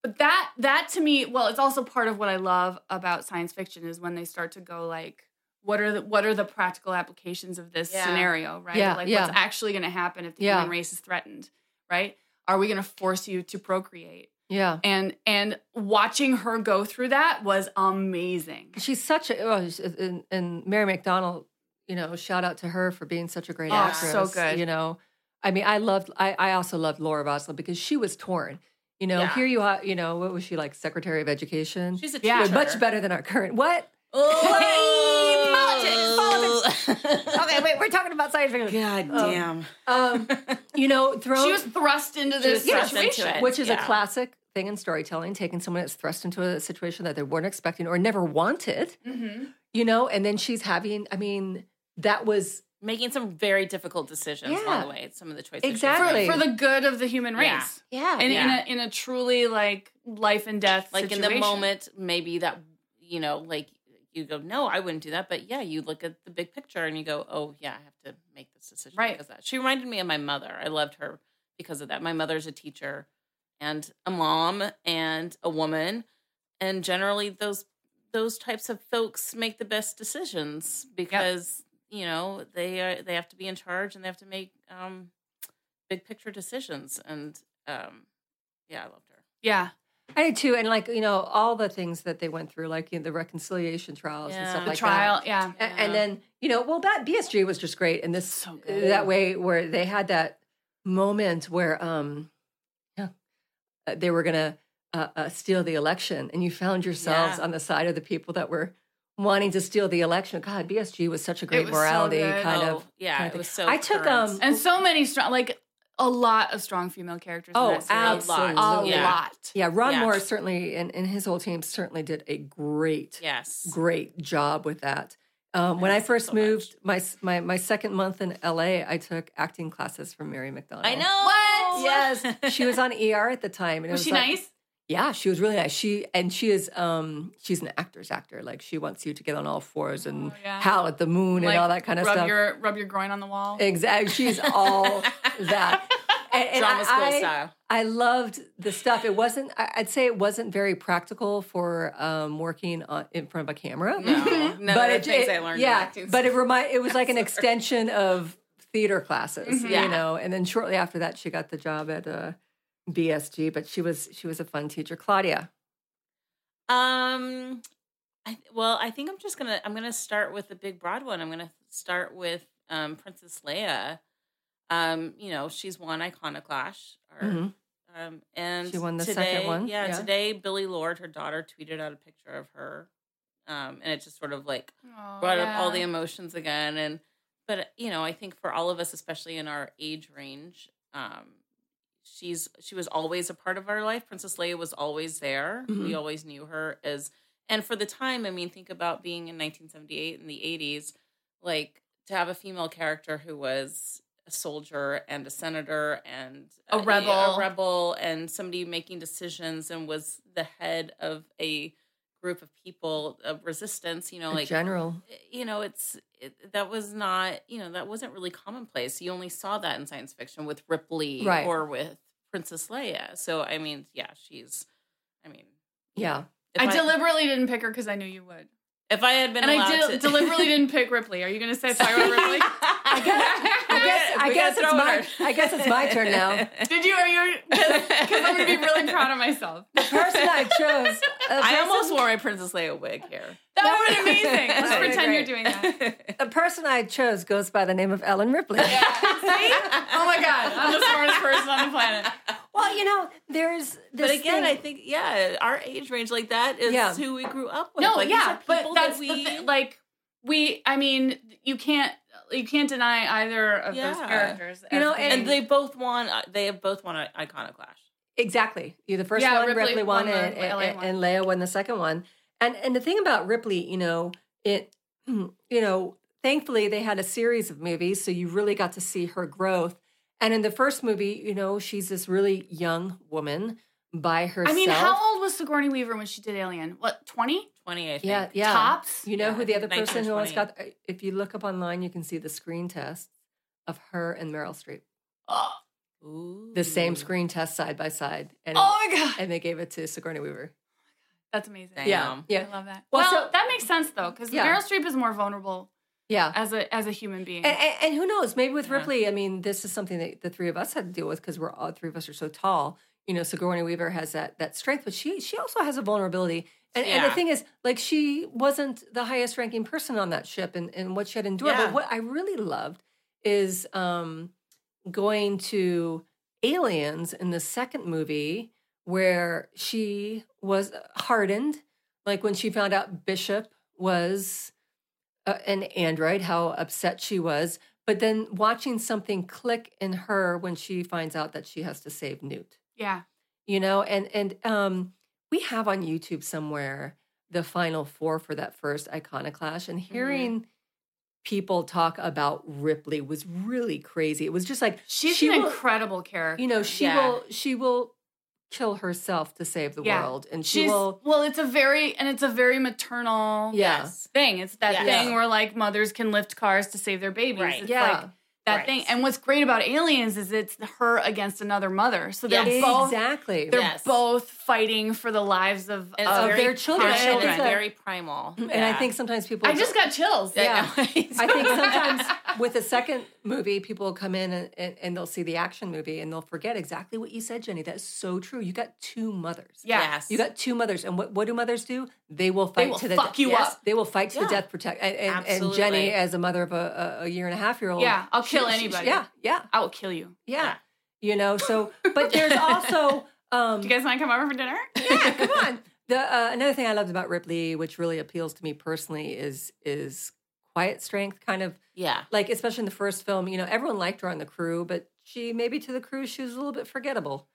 Speaker 3: But that that to me, well, it's also part of what I love about science fiction is when they start to go like, what are the what are the practical applications of this
Speaker 2: Yeah.
Speaker 3: scenario, right?
Speaker 1: Yeah,
Speaker 3: like
Speaker 1: yeah.
Speaker 3: what's actually going to happen if the
Speaker 1: Yeah.
Speaker 3: human race is threatened, right? Are we going to force you to procreate?
Speaker 1: Yeah.
Speaker 3: And and watching her go through that was amazing.
Speaker 1: She's such a oh, she's- and, and Mary McDonald. You know, shout out to her for being such a great
Speaker 3: Oh,
Speaker 1: actress.
Speaker 3: so good.
Speaker 1: You know, I mean, I loved. I, I also loved Laura Vosloo because she was torn. You know,
Speaker 2: Yeah.
Speaker 1: here you are. You know, what was she like? Secretary of Education.
Speaker 2: She's a
Speaker 3: Yeah.
Speaker 2: teacher.
Speaker 1: But much better than our current. What?
Speaker 2: Oh.
Speaker 1: Okay, wait. We're talking about science fiction.
Speaker 2: God
Speaker 1: Oh.
Speaker 2: damn.
Speaker 1: Um, you know, thrown.
Speaker 3: She was thrust into
Speaker 2: She was
Speaker 3: this
Speaker 2: thrust into
Speaker 3: situation.
Speaker 2: it.
Speaker 1: which is
Speaker 2: Yeah.
Speaker 1: a classic thing in storytelling taking someone that's thrust into a situation that they weren't expecting or never wanted
Speaker 3: Mm-hmm.
Speaker 1: you know and then she's having i mean that was
Speaker 2: Making some very difficult decisions
Speaker 1: Yeah.
Speaker 2: on the way. Some of the choices. she
Speaker 1: Exactly.
Speaker 2: made.
Speaker 3: For the good of the human race.
Speaker 2: Yeah.
Speaker 1: yeah
Speaker 3: And
Speaker 2: Yeah.
Speaker 3: in a in a truly like life and death
Speaker 2: Like in the
Speaker 3: situation.
Speaker 2: moment, maybe that you know, like you go, no, I wouldn't do that. But yeah, you look at the big picture and you go, oh yeah, I have to make this decision
Speaker 3: Right.
Speaker 2: because of that. She reminded me of my mother. I loved her because of that. My mother's a teacher and a mom and a woman, and generally those those types of folks make the best decisions because you know they are they have to be in charge and they have to make um, big picture decisions. And um, yeah, I loved her.
Speaker 3: Yeah.
Speaker 1: i did too and like you know all the things that they went through like you know, the reconciliation trials and
Speaker 2: Yeah.
Speaker 1: stuff
Speaker 3: The
Speaker 1: like that
Speaker 3: trial, yeah.
Speaker 1: A- and
Speaker 2: Yeah.
Speaker 1: then you know well that bsg was just great and this uh,
Speaker 3: Uh-huh. So good.
Speaker 1: that way where they had that moment where um yeah, uh, they were gonna uh, uh, steal the election and you found yourselves
Speaker 2: Yeah.
Speaker 1: on the side of the people that were wanting to steal the election god bsg was such a great
Speaker 3: was so
Speaker 1: morality
Speaker 3: good.
Speaker 1: kind
Speaker 2: oh,
Speaker 1: of
Speaker 2: yeah,
Speaker 1: kind of
Speaker 2: it
Speaker 1: thing.
Speaker 2: was so.
Speaker 1: I took,
Speaker 2: current.
Speaker 1: um,
Speaker 3: And so many strong, like a lot of strong female characters. in
Speaker 1: Oh,
Speaker 3: that series.
Speaker 1: absolutely.
Speaker 3: a
Speaker 2: Yeah.
Speaker 3: lot.
Speaker 1: yeah ron
Speaker 2: Yeah.
Speaker 1: moore certainly and, and his whole team certainly did a great
Speaker 2: yes,
Speaker 1: great job with that. Um, when I
Speaker 2: Thanks
Speaker 1: first
Speaker 2: so much.
Speaker 1: moved, my, s- my my second month in LA, I took acting classes from Mary McDonald.
Speaker 2: I know.
Speaker 3: What?
Speaker 1: Yes, she was on ER at the time. And it
Speaker 3: Was she
Speaker 1: like-
Speaker 3: nice?
Speaker 1: Yeah, she was really nice. She and she is um she's an actor's actor. Like she wants you to get on all fours and
Speaker 3: Oh, yeah.
Speaker 1: howl at the moon
Speaker 3: Like,
Speaker 1: and all that kind of
Speaker 3: rub
Speaker 1: stuff.
Speaker 3: Your, rub your groin on the wall.
Speaker 1: exactly, she's all that. And, and
Speaker 2: Drama school
Speaker 1: I,
Speaker 2: style.
Speaker 1: I loved the stuff. It wasn't. I- I'd say it wasn't very practical for um, working on, in front of a camera.
Speaker 2: No, none of the things I learned.
Speaker 1: Yeah,
Speaker 2: about acting
Speaker 1: but it remind it was like an extension of theater classes,
Speaker 2: Mm-hmm. Yeah.
Speaker 1: you know. And then shortly after that, she got the job at uh, BSG. But she was she was a fun teacher, Claudia.
Speaker 2: Um, I, well, I think I'm just gonna I'm gonna start with the big broad one. I'm gonna start with um, Princess Leia. Um, you know, she's won Iconoclash, or,
Speaker 1: Mhm.
Speaker 2: um, and
Speaker 1: She won the
Speaker 2: today,
Speaker 1: second one,
Speaker 2: Yeah,
Speaker 1: yeah.
Speaker 2: today Billy Lord, her daughter, tweeted out a picture of her, um, and it just sort of like
Speaker 3: Oh,
Speaker 2: brought up
Speaker 3: yeah.
Speaker 2: all the emotions again and but you know i think for all of us especially in our age range um she's she was always a part of our life princess leia was always there we
Speaker 1: Mhm.
Speaker 2: always knew her as and for the time i mean think about being in 1978 and the 80s like to have a female character who was a soldier and a senator and
Speaker 3: A
Speaker 2: uh,
Speaker 3: rebel.
Speaker 2: a rebel and somebody making decisions and was the head of a group of people of resistance you know
Speaker 1: in
Speaker 2: like
Speaker 1: general.
Speaker 2: you know it's it, that was not you know that wasn't really commonplace you only saw that in science fiction with ripley
Speaker 1: Right.
Speaker 2: or with princess leia so i mean yeah she's i mean
Speaker 1: Yeah,
Speaker 2: if
Speaker 3: I, deliberately didn't pick her because I knew you would.
Speaker 2: if i had been
Speaker 3: And I
Speaker 2: allowed
Speaker 3: did,
Speaker 2: to
Speaker 3: deliberately didn't pick Ripley. Are you going to say sorry about Ripley?
Speaker 2: i
Speaker 1: I guess I guess it's my I guess it's my turn now.
Speaker 3: Did you? Are you? Because I'm going to be really proud of myself.
Speaker 1: The person I chose. the
Speaker 2: i
Speaker 1: person-
Speaker 2: almost wore my princess leia wig here
Speaker 3: That would be amazing. Let's
Speaker 1: That would be
Speaker 3: pretend you're
Speaker 1: great.
Speaker 3: doing that.
Speaker 1: the person I chose goes by the name of Ellen Ripley.
Speaker 3: Oh my God. I'm the smartest person on the planet.
Speaker 1: Well, you know, there's this
Speaker 2: but again,
Speaker 1: thing-
Speaker 2: I think yeah, our age range like that is
Speaker 1: Yeah.
Speaker 2: who we grew up with.
Speaker 3: No,
Speaker 2: like, these are
Speaker 3: yeah, but
Speaker 2: people that
Speaker 3: that's the thi- like we. I mean, you can't you can't deny either of those
Speaker 2: Yeah.
Speaker 3: characters.
Speaker 1: You
Speaker 3: as
Speaker 1: know,
Speaker 3: being-
Speaker 2: uh, and they both won. They have both won Iconoclash.
Speaker 1: Exactly. you the first
Speaker 3: Yeah,
Speaker 1: one,
Speaker 3: Ripley
Speaker 1: Ripley, won,
Speaker 3: won
Speaker 1: and,
Speaker 3: one,
Speaker 1: and,
Speaker 3: Leia won.
Speaker 1: and Leia won the second one. And and the thing about Ripley, you know, it, you know, thankfully they had a series of movies, so you really got to see her growth. And in the first movie, you know, she's this really young woman by herself.
Speaker 3: I mean, how old was Sigourney Weaver when she did Alien? What, 20?
Speaker 2: 20, I think.
Speaker 1: Yeah, yeah.
Speaker 3: Tops?
Speaker 1: You know
Speaker 2: Yeah,
Speaker 1: who the other
Speaker 2: 19 or
Speaker 1: person who almost
Speaker 2: 20.
Speaker 1: got? uh, If you look up online, you can see the screen tests of her and Meryl Streep,
Speaker 3: Oh,
Speaker 2: Ooh.
Speaker 1: the same screen test side by side, and
Speaker 3: Oh my God.
Speaker 1: and they gave it to Sigourney Weaver.
Speaker 3: That's amazing.
Speaker 2: Damn.
Speaker 1: Yeah, yeah,
Speaker 3: I love that.
Speaker 1: Well,
Speaker 3: Well,
Speaker 1: so-
Speaker 3: that makes sense though, because
Speaker 1: Yeah.
Speaker 3: Meryl Streep is more vulnerable
Speaker 1: yeah.
Speaker 3: as a as a human being.
Speaker 1: And, and, and who knows? Maybe with
Speaker 2: Yeah.
Speaker 1: Ripley, I mean, this is something that the three of us had to deal with because we're all three of us are so tall. You know, Sigourney Weaver has that that strength, but she she also has a vulnerability. And, and the
Speaker 2: Yeah.
Speaker 1: thing is, like, she wasn't the highest ranking person on that ship, and and what she had endured.
Speaker 2: Yeah.
Speaker 1: But what I really loved is um going to Aliens in the second movie where she was uh, hardened like when she found out Bishop was uh, an android, how upset she was. But then watching something click in her when she finds out that she has to save Newt,
Speaker 3: yeah.
Speaker 1: you know, and and um, we have on YouTube somewhere the final four for that first Iconoclash,
Speaker 3: Mm-hmm.
Speaker 1: and hearing people talk about Ripley was really crazy. It was just like
Speaker 3: She's
Speaker 1: she
Speaker 3: an
Speaker 1: will-
Speaker 3: incredible character.
Speaker 1: you know she
Speaker 2: Yeah.
Speaker 1: will she will kill herself to save the
Speaker 3: Yeah.
Speaker 1: world, and she
Speaker 3: She's
Speaker 1: will
Speaker 3: well, it's a very and it's a very maternal
Speaker 1: yeah
Speaker 3: thing. It's that
Speaker 2: Yeah.
Speaker 3: thing where like mothers can lift cars to save their babies.
Speaker 2: Right.
Speaker 3: It's
Speaker 1: yeah.
Speaker 3: like that
Speaker 2: Right.
Speaker 3: thing. And what's great about aliens is it's her against another mother. So they're
Speaker 2: Yes.
Speaker 3: both
Speaker 1: exactly
Speaker 3: they're
Speaker 2: Yes.
Speaker 3: both fighting for the lives of,
Speaker 2: And
Speaker 3: of
Speaker 2: it's very
Speaker 1: their children.
Speaker 2: passionate
Speaker 3: It's
Speaker 2: and
Speaker 1: like-
Speaker 2: very primal.
Speaker 1: and i
Speaker 2: Yeah.
Speaker 1: think sometimes people
Speaker 3: I just got chills.
Speaker 1: Yeah.
Speaker 2: I
Speaker 1: I think sometimes with a second movie, people will come in and, and, and they'll see the action movie and they'll forget exactly what you said, Jenny. That's so true. You got two mothers.
Speaker 3: Yeah.
Speaker 2: Yes.
Speaker 1: You got two mothers, and what, what do mothers do? They will fight
Speaker 3: will
Speaker 1: to the
Speaker 3: fuck you
Speaker 1: Yes,
Speaker 3: up.
Speaker 1: They will fight to the
Speaker 2: Yeah.
Speaker 1: death. Protect and, and, and
Speaker 2: Absolutely.
Speaker 1: Jenny, as a mother of a, a, a year and a half year old,
Speaker 3: Yeah, I'll kill anybody.
Speaker 1: Oh. yeah, yeah,
Speaker 3: I will kill you.
Speaker 1: yeah. You know. So, but there's also um,
Speaker 3: Do you guys want to come over for dinner?
Speaker 1: yeah, come on. The uh, another thing I loved about Ripley, which really appeals to me personally, is is quiet strength. Kind of
Speaker 2: yeah.
Speaker 1: like, especially in the first film, you know, everyone liked her on the crew, but she maybe to the crew she was a little bit forgettable.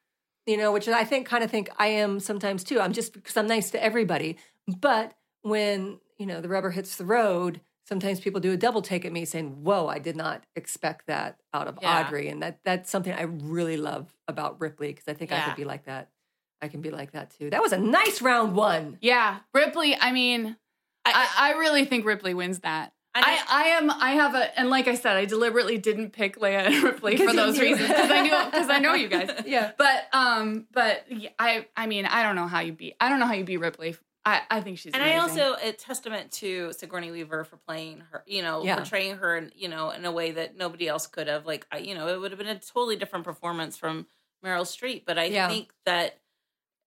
Speaker 1: You know, which I think kind of think I am sometimes too. I'm just because I'm nice to everybody, but when you know the rubber hits the road, sometimes people do a double take at me, saying, "Whoa, I did not expect that out of
Speaker 2: Yeah.
Speaker 1: Audrey," and that that's something I really love about Ripley because I think I
Speaker 2: Yeah.
Speaker 1: could be like that. I can be like that too. That was a nice round one.
Speaker 3: Yeah, Ripley. I mean, I, I really think Ripley wins that. I, I am I have a and like I said I deliberately didn't pick Leia and Ripley for
Speaker 1: Because you
Speaker 3: those
Speaker 1: knew.
Speaker 3: reasons because I knew because I know you guys.
Speaker 1: Yeah.
Speaker 3: But um but yeah, I I mean I don't know how you beat I don't know how you beat Ripley. I I think she's
Speaker 2: and I
Speaker 3: amazing.
Speaker 2: also a testament to Sigourney Weaver for playing her, you know,
Speaker 1: Yeah.
Speaker 2: portraying her, in, you know, in a way that nobody else could have. Like, I, you know, it would have been a totally different performance from Meryl Streep, but I
Speaker 1: Yeah.
Speaker 2: think that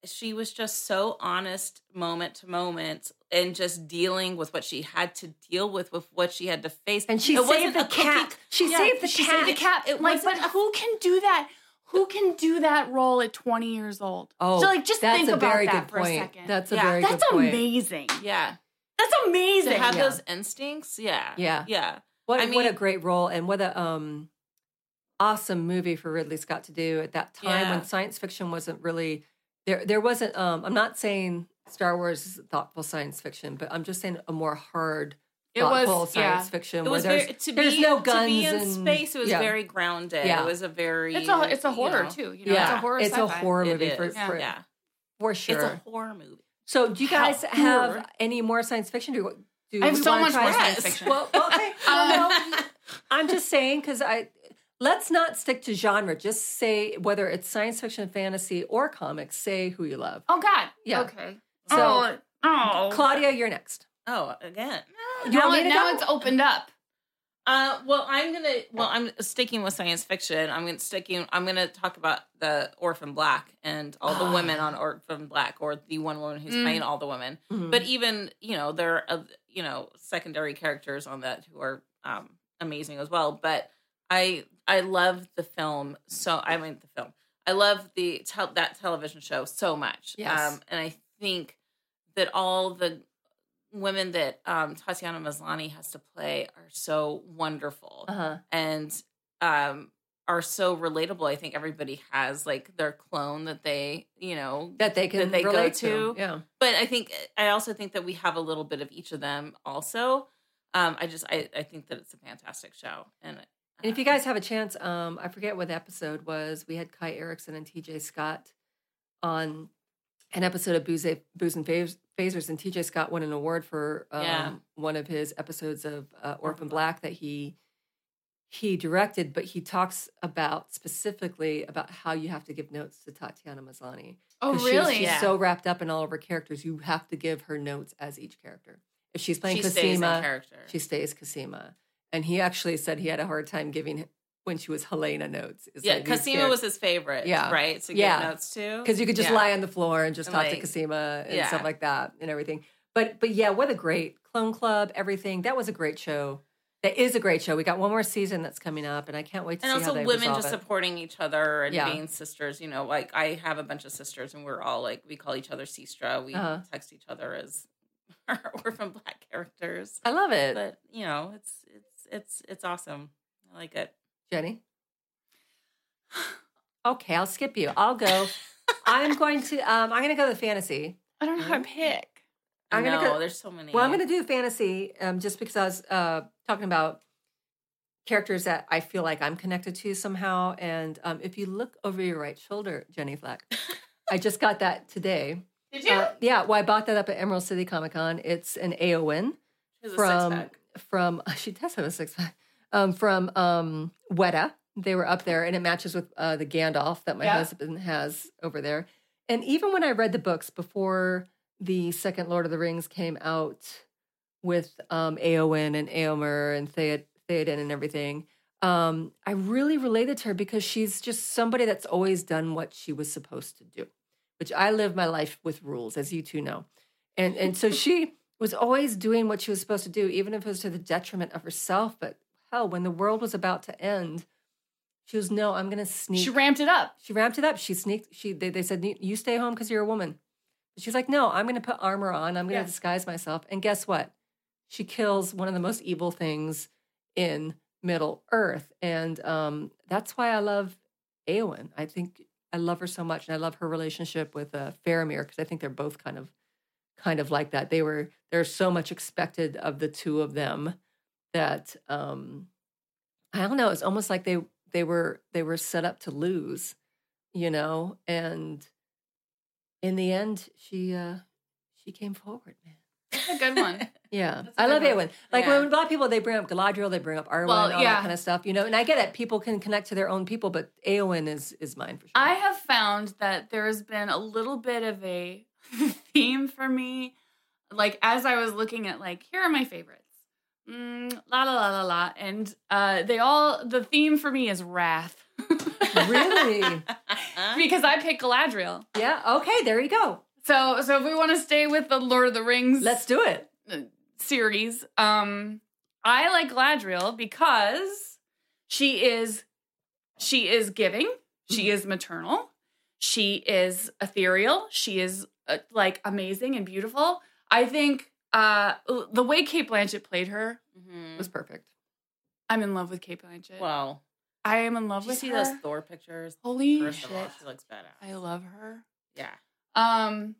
Speaker 2: she was just so honest, moment to moment, and just dealing with what she had to deal with, with what she had to face.
Speaker 1: And she
Speaker 2: It wasn't
Speaker 1: saved the
Speaker 2: a cookie-
Speaker 1: cat. She
Speaker 2: Yeah,
Speaker 1: saved the
Speaker 2: she
Speaker 1: cat.
Speaker 2: saved the
Speaker 3: cap.
Speaker 2: It
Speaker 3: like, but
Speaker 2: wasn't a-
Speaker 3: who can do that? Who can do that role at 20 years old?
Speaker 1: Oh,
Speaker 3: so like just
Speaker 1: that's
Speaker 3: think
Speaker 1: a
Speaker 3: about
Speaker 1: very
Speaker 3: that
Speaker 1: good
Speaker 3: for
Speaker 1: point.
Speaker 3: a second.
Speaker 1: That's a
Speaker 2: Yeah.
Speaker 1: very
Speaker 3: That's
Speaker 1: good point.
Speaker 3: amazing.
Speaker 2: Yeah,
Speaker 3: That's
Speaker 2: to
Speaker 3: amazing.
Speaker 2: have
Speaker 1: Yeah.
Speaker 2: those instincts. Yeah,
Speaker 1: Yeah.
Speaker 2: yeah.
Speaker 1: What,
Speaker 2: I
Speaker 1: what a
Speaker 2: mean-
Speaker 1: great role and what a um, awesome movie for Ridley Scott to do at that time
Speaker 2: Yeah.
Speaker 1: when science fiction wasn't really there. There wasn't. Um, I'm not saying Star Wars is thoughtful science fiction, but I'm just saying a more hard,
Speaker 3: It was-
Speaker 1: thoughtful science
Speaker 3: yeah.
Speaker 1: fiction
Speaker 2: It
Speaker 1: where
Speaker 2: was
Speaker 1: there's,
Speaker 2: very to
Speaker 1: there's
Speaker 2: be
Speaker 1: no
Speaker 2: to
Speaker 1: guns
Speaker 2: be in
Speaker 1: and-
Speaker 2: space. It was
Speaker 1: yeah.
Speaker 2: very grounded.
Speaker 1: Yeah.
Speaker 2: It was a very
Speaker 3: It's a it's a
Speaker 2: you
Speaker 3: horror
Speaker 2: know,
Speaker 3: too. You know,
Speaker 1: yeah,
Speaker 3: it's a horror.
Speaker 1: It's a
Speaker 3: sci-fi.
Speaker 1: horror
Speaker 2: it
Speaker 1: movie for,
Speaker 2: is.
Speaker 1: for,
Speaker 2: yeah.
Speaker 1: for sure.
Speaker 2: It's a horror movie.
Speaker 1: So, do you
Speaker 2: How
Speaker 1: guys have
Speaker 2: poor.
Speaker 1: any more science fiction? Do, do
Speaker 3: I have
Speaker 1: we
Speaker 3: so
Speaker 1: wanna
Speaker 3: much
Speaker 1: try
Speaker 3: more Um,
Speaker 1: it?
Speaker 3: science fiction.
Speaker 1: Well, well, okay. Well,
Speaker 3: Oh,
Speaker 1: no, I'm just saying because I let's not stick to genre. Just say whether it's science fiction, fantasy, or comics. Say who you love.
Speaker 3: Oh God.
Speaker 1: Yeah.
Speaker 3: Okay.
Speaker 1: So-
Speaker 3: oh. oh.
Speaker 1: Claudia, you're next.
Speaker 2: Oh, again.
Speaker 1: You
Speaker 3: now
Speaker 1: want me
Speaker 3: it-
Speaker 1: to
Speaker 3: now
Speaker 1: go?
Speaker 3: it's opened up.
Speaker 2: Uh, well, I'm gonna. Well, I'm sticking with science fiction. I'm gonna sticking. I'm gonna talk about the Orphan Black and all the women on Orphan Black, or the one woman who's
Speaker 3: Mm.
Speaker 2: playing all the women.
Speaker 1: Mhm.
Speaker 2: But even you know there are uh, you know secondary characters on that who are um, amazing as well. But I I love the film so. I mean the film. I love the tel- that television show so much.
Speaker 1: Yes.
Speaker 2: Um, and I think that all the women that um,
Speaker 1: Uh.
Speaker 2: Tatiana Maslany has to play are so wonderful
Speaker 1: uh-huh.
Speaker 2: and um are so relatable. I think everybody has like their clone that they, you know,
Speaker 1: that they can
Speaker 2: That they go
Speaker 1: relate
Speaker 2: to.
Speaker 1: Yeah.
Speaker 2: but I think I also think that we have a little bit of each of them also. Um, I just I, I think that it's a fantastic show. And, uh,
Speaker 1: And if you guys have a chance, um, I forget what the episode was. We had Kai Erickson and TJ Scott on an episode of Booze, Booze and Phas- Phasers, and TJ Scott won an award for um,
Speaker 2: Yeah.
Speaker 1: one of his episodes of uh, Orphan Black that he he directed. But he talks about specifically about how you have to give notes to Tatiana Maslany.
Speaker 3: Oh,
Speaker 1: 'Cause
Speaker 3: really?
Speaker 1: She's, she's
Speaker 2: Yeah.
Speaker 1: so wrapped up in all of her characters. You have to give her notes as each character. If she's playing
Speaker 2: she
Speaker 1: Cosima,
Speaker 2: stays in character.
Speaker 1: she stays Cosima. And he actually said he had a hard time giving when she was Helena notes. It's
Speaker 2: yeah,
Speaker 1: like these
Speaker 2: Cosima was his favorite.
Speaker 1: Yeah.
Speaker 2: right. So
Speaker 1: Yeah.
Speaker 2: give notes too
Speaker 1: because you could just
Speaker 2: Yeah.
Speaker 1: lie on the floor and just
Speaker 2: And,
Speaker 1: talk to
Speaker 2: like,
Speaker 1: Cosima and
Speaker 2: yeah.
Speaker 1: stuff like that and everything. But but yeah, what a great Clone Club, everything. That was a great show. That is a great show. We got one more season that's coming up, and I can't wait to
Speaker 2: and
Speaker 1: see how
Speaker 2: also
Speaker 1: they
Speaker 2: women
Speaker 1: resolve
Speaker 2: just
Speaker 1: it.
Speaker 2: supporting each other and
Speaker 1: Yeah.
Speaker 2: being sisters you know like i have a bunch of sisters and we're all like we call each other sistra we
Speaker 1: Uh-huh.
Speaker 2: text each other as our orphan black characters
Speaker 1: I love it,
Speaker 2: but you know it's it's it's it's awesome i like it
Speaker 1: Jenny. Okay, I'll skip you. I'll go. I'm going to. Um, I'm going to go with fantasy.
Speaker 3: I don't know how to pick.
Speaker 2: i
Speaker 1: I'm gonna
Speaker 2: know
Speaker 1: go-
Speaker 2: there's so many
Speaker 1: Well, I'm going to do fantasy um, just because I was uh, talking about characters that I feel like I'm connected to somehow. And um, if you look over your right shoulder, Jenny Flack, I just got that today.
Speaker 3: Did
Speaker 1: Uh, yeah, well, I bought that up at Emerald City Comic Con. It's an Aowen
Speaker 2: There's a
Speaker 1: from
Speaker 2: six-pack.
Speaker 1: from she does have a six pack um, from um, Weta. They were up there, and it matches with uh, the Gandalf that my
Speaker 3: Yeah.
Speaker 1: husband has over there. And even when I read the books before the second Lord of the Rings came out with um, Eowyn and Eomer and Theod- Theoden and everything, um, I really related to her because she's just somebody that's always done what she was supposed to do, which I live my life with rules, as you two know. And and so she was always doing what she was supposed to do, even if it was to the detriment of herself. But hell, when the world was about to end, she was no, I'm going to sneak.
Speaker 3: She ramped it up.
Speaker 1: She ramped it up. She sneaked. She they, they said "You- you stay home because you're a woman. She's like, no, I'm going to put armor on. I'm going to
Speaker 3: Yeah.
Speaker 1: disguise myself. And guess what? She kills one of the most evil things in Middle Earth, and um, that's why I love Eowyn. I think I love her so much, and I love her relationship with uh, Faramir because I think they're both kind of, kind of like that. They were there's so much expected of the two of them that um, I don't know. It's almost like they they were they were set up to lose, you know. And in the end, she uh, she came forward, man.
Speaker 3: That's a good one.
Speaker 1: Yeah,
Speaker 2: That's a
Speaker 1: I love
Speaker 2: good
Speaker 1: Eowyn.
Speaker 2: one.
Speaker 1: Like
Speaker 2: Yeah.
Speaker 1: when black people, they bring up Galadriel, they bring up Arwen,
Speaker 3: Well,
Speaker 1: all that
Speaker 3: yeah.
Speaker 1: kind of stuff, you know. And I get it; people can connect to their own people, but Eowyn is is mine for sure.
Speaker 3: I have found that there has been a little bit of a theme for me. Like as I was looking at like, here are my favorites. Mm, la la la la la. And uh they all the theme for me is wrath.
Speaker 1: really,
Speaker 3: because I picked Galadriel.
Speaker 1: yeah. Okay, there you go.
Speaker 3: So so if we want to stay with the Lord of the Rings
Speaker 1: Let's do it.
Speaker 3: series, um I like Galadriel because she is she is giving,
Speaker 2: Mm-hmm.
Speaker 3: she is maternal, she is ethereal, she is uh, like amazing and beautiful. I think uh the way Kate Blanchett played her,
Speaker 1: It
Speaker 2: Mhm.
Speaker 1: was perfect.
Speaker 3: I'm in love with Kate Blanchett.
Speaker 2: wow
Speaker 3: I am in love
Speaker 2: did you
Speaker 3: with
Speaker 2: see
Speaker 3: her.
Speaker 2: those thor pictures
Speaker 3: Holy
Speaker 2: first
Speaker 3: shit.
Speaker 2: of all she looks badass
Speaker 3: I love her.
Speaker 2: yeah
Speaker 3: Um,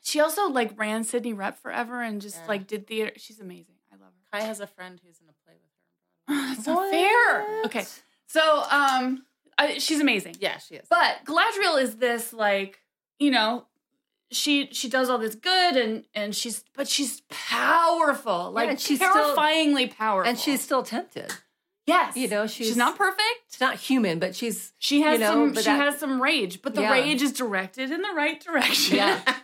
Speaker 3: she also like ran Sydney Rep forever and just
Speaker 2: Yeah.
Speaker 3: like did theater. She's amazing. I love her.
Speaker 2: kai has a friend who's in a play with her
Speaker 3: That's not fair. Okay, so um, I, she's amazing.
Speaker 2: yeah she is
Speaker 3: But Galadriel is this like you know, she she does all this good and and she's but she's powerful, like
Speaker 1: and she's still-
Speaker 3: terrifyingly powerful.
Speaker 1: And she's still tempted.
Speaker 3: yes,
Speaker 1: you know, she's-
Speaker 3: she's not perfect.
Speaker 1: She's not human, but she's
Speaker 3: She has
Speaker 1: you know,
Speaker 3: some.
Speaker 1: but
Speaker 3: She
Speaker 1: that-
Speaker 3: has some rage, but the
Speaker 1: Yeah.
Speaker 3: rage is directed in the right direction.
Speaker 1: Yeah.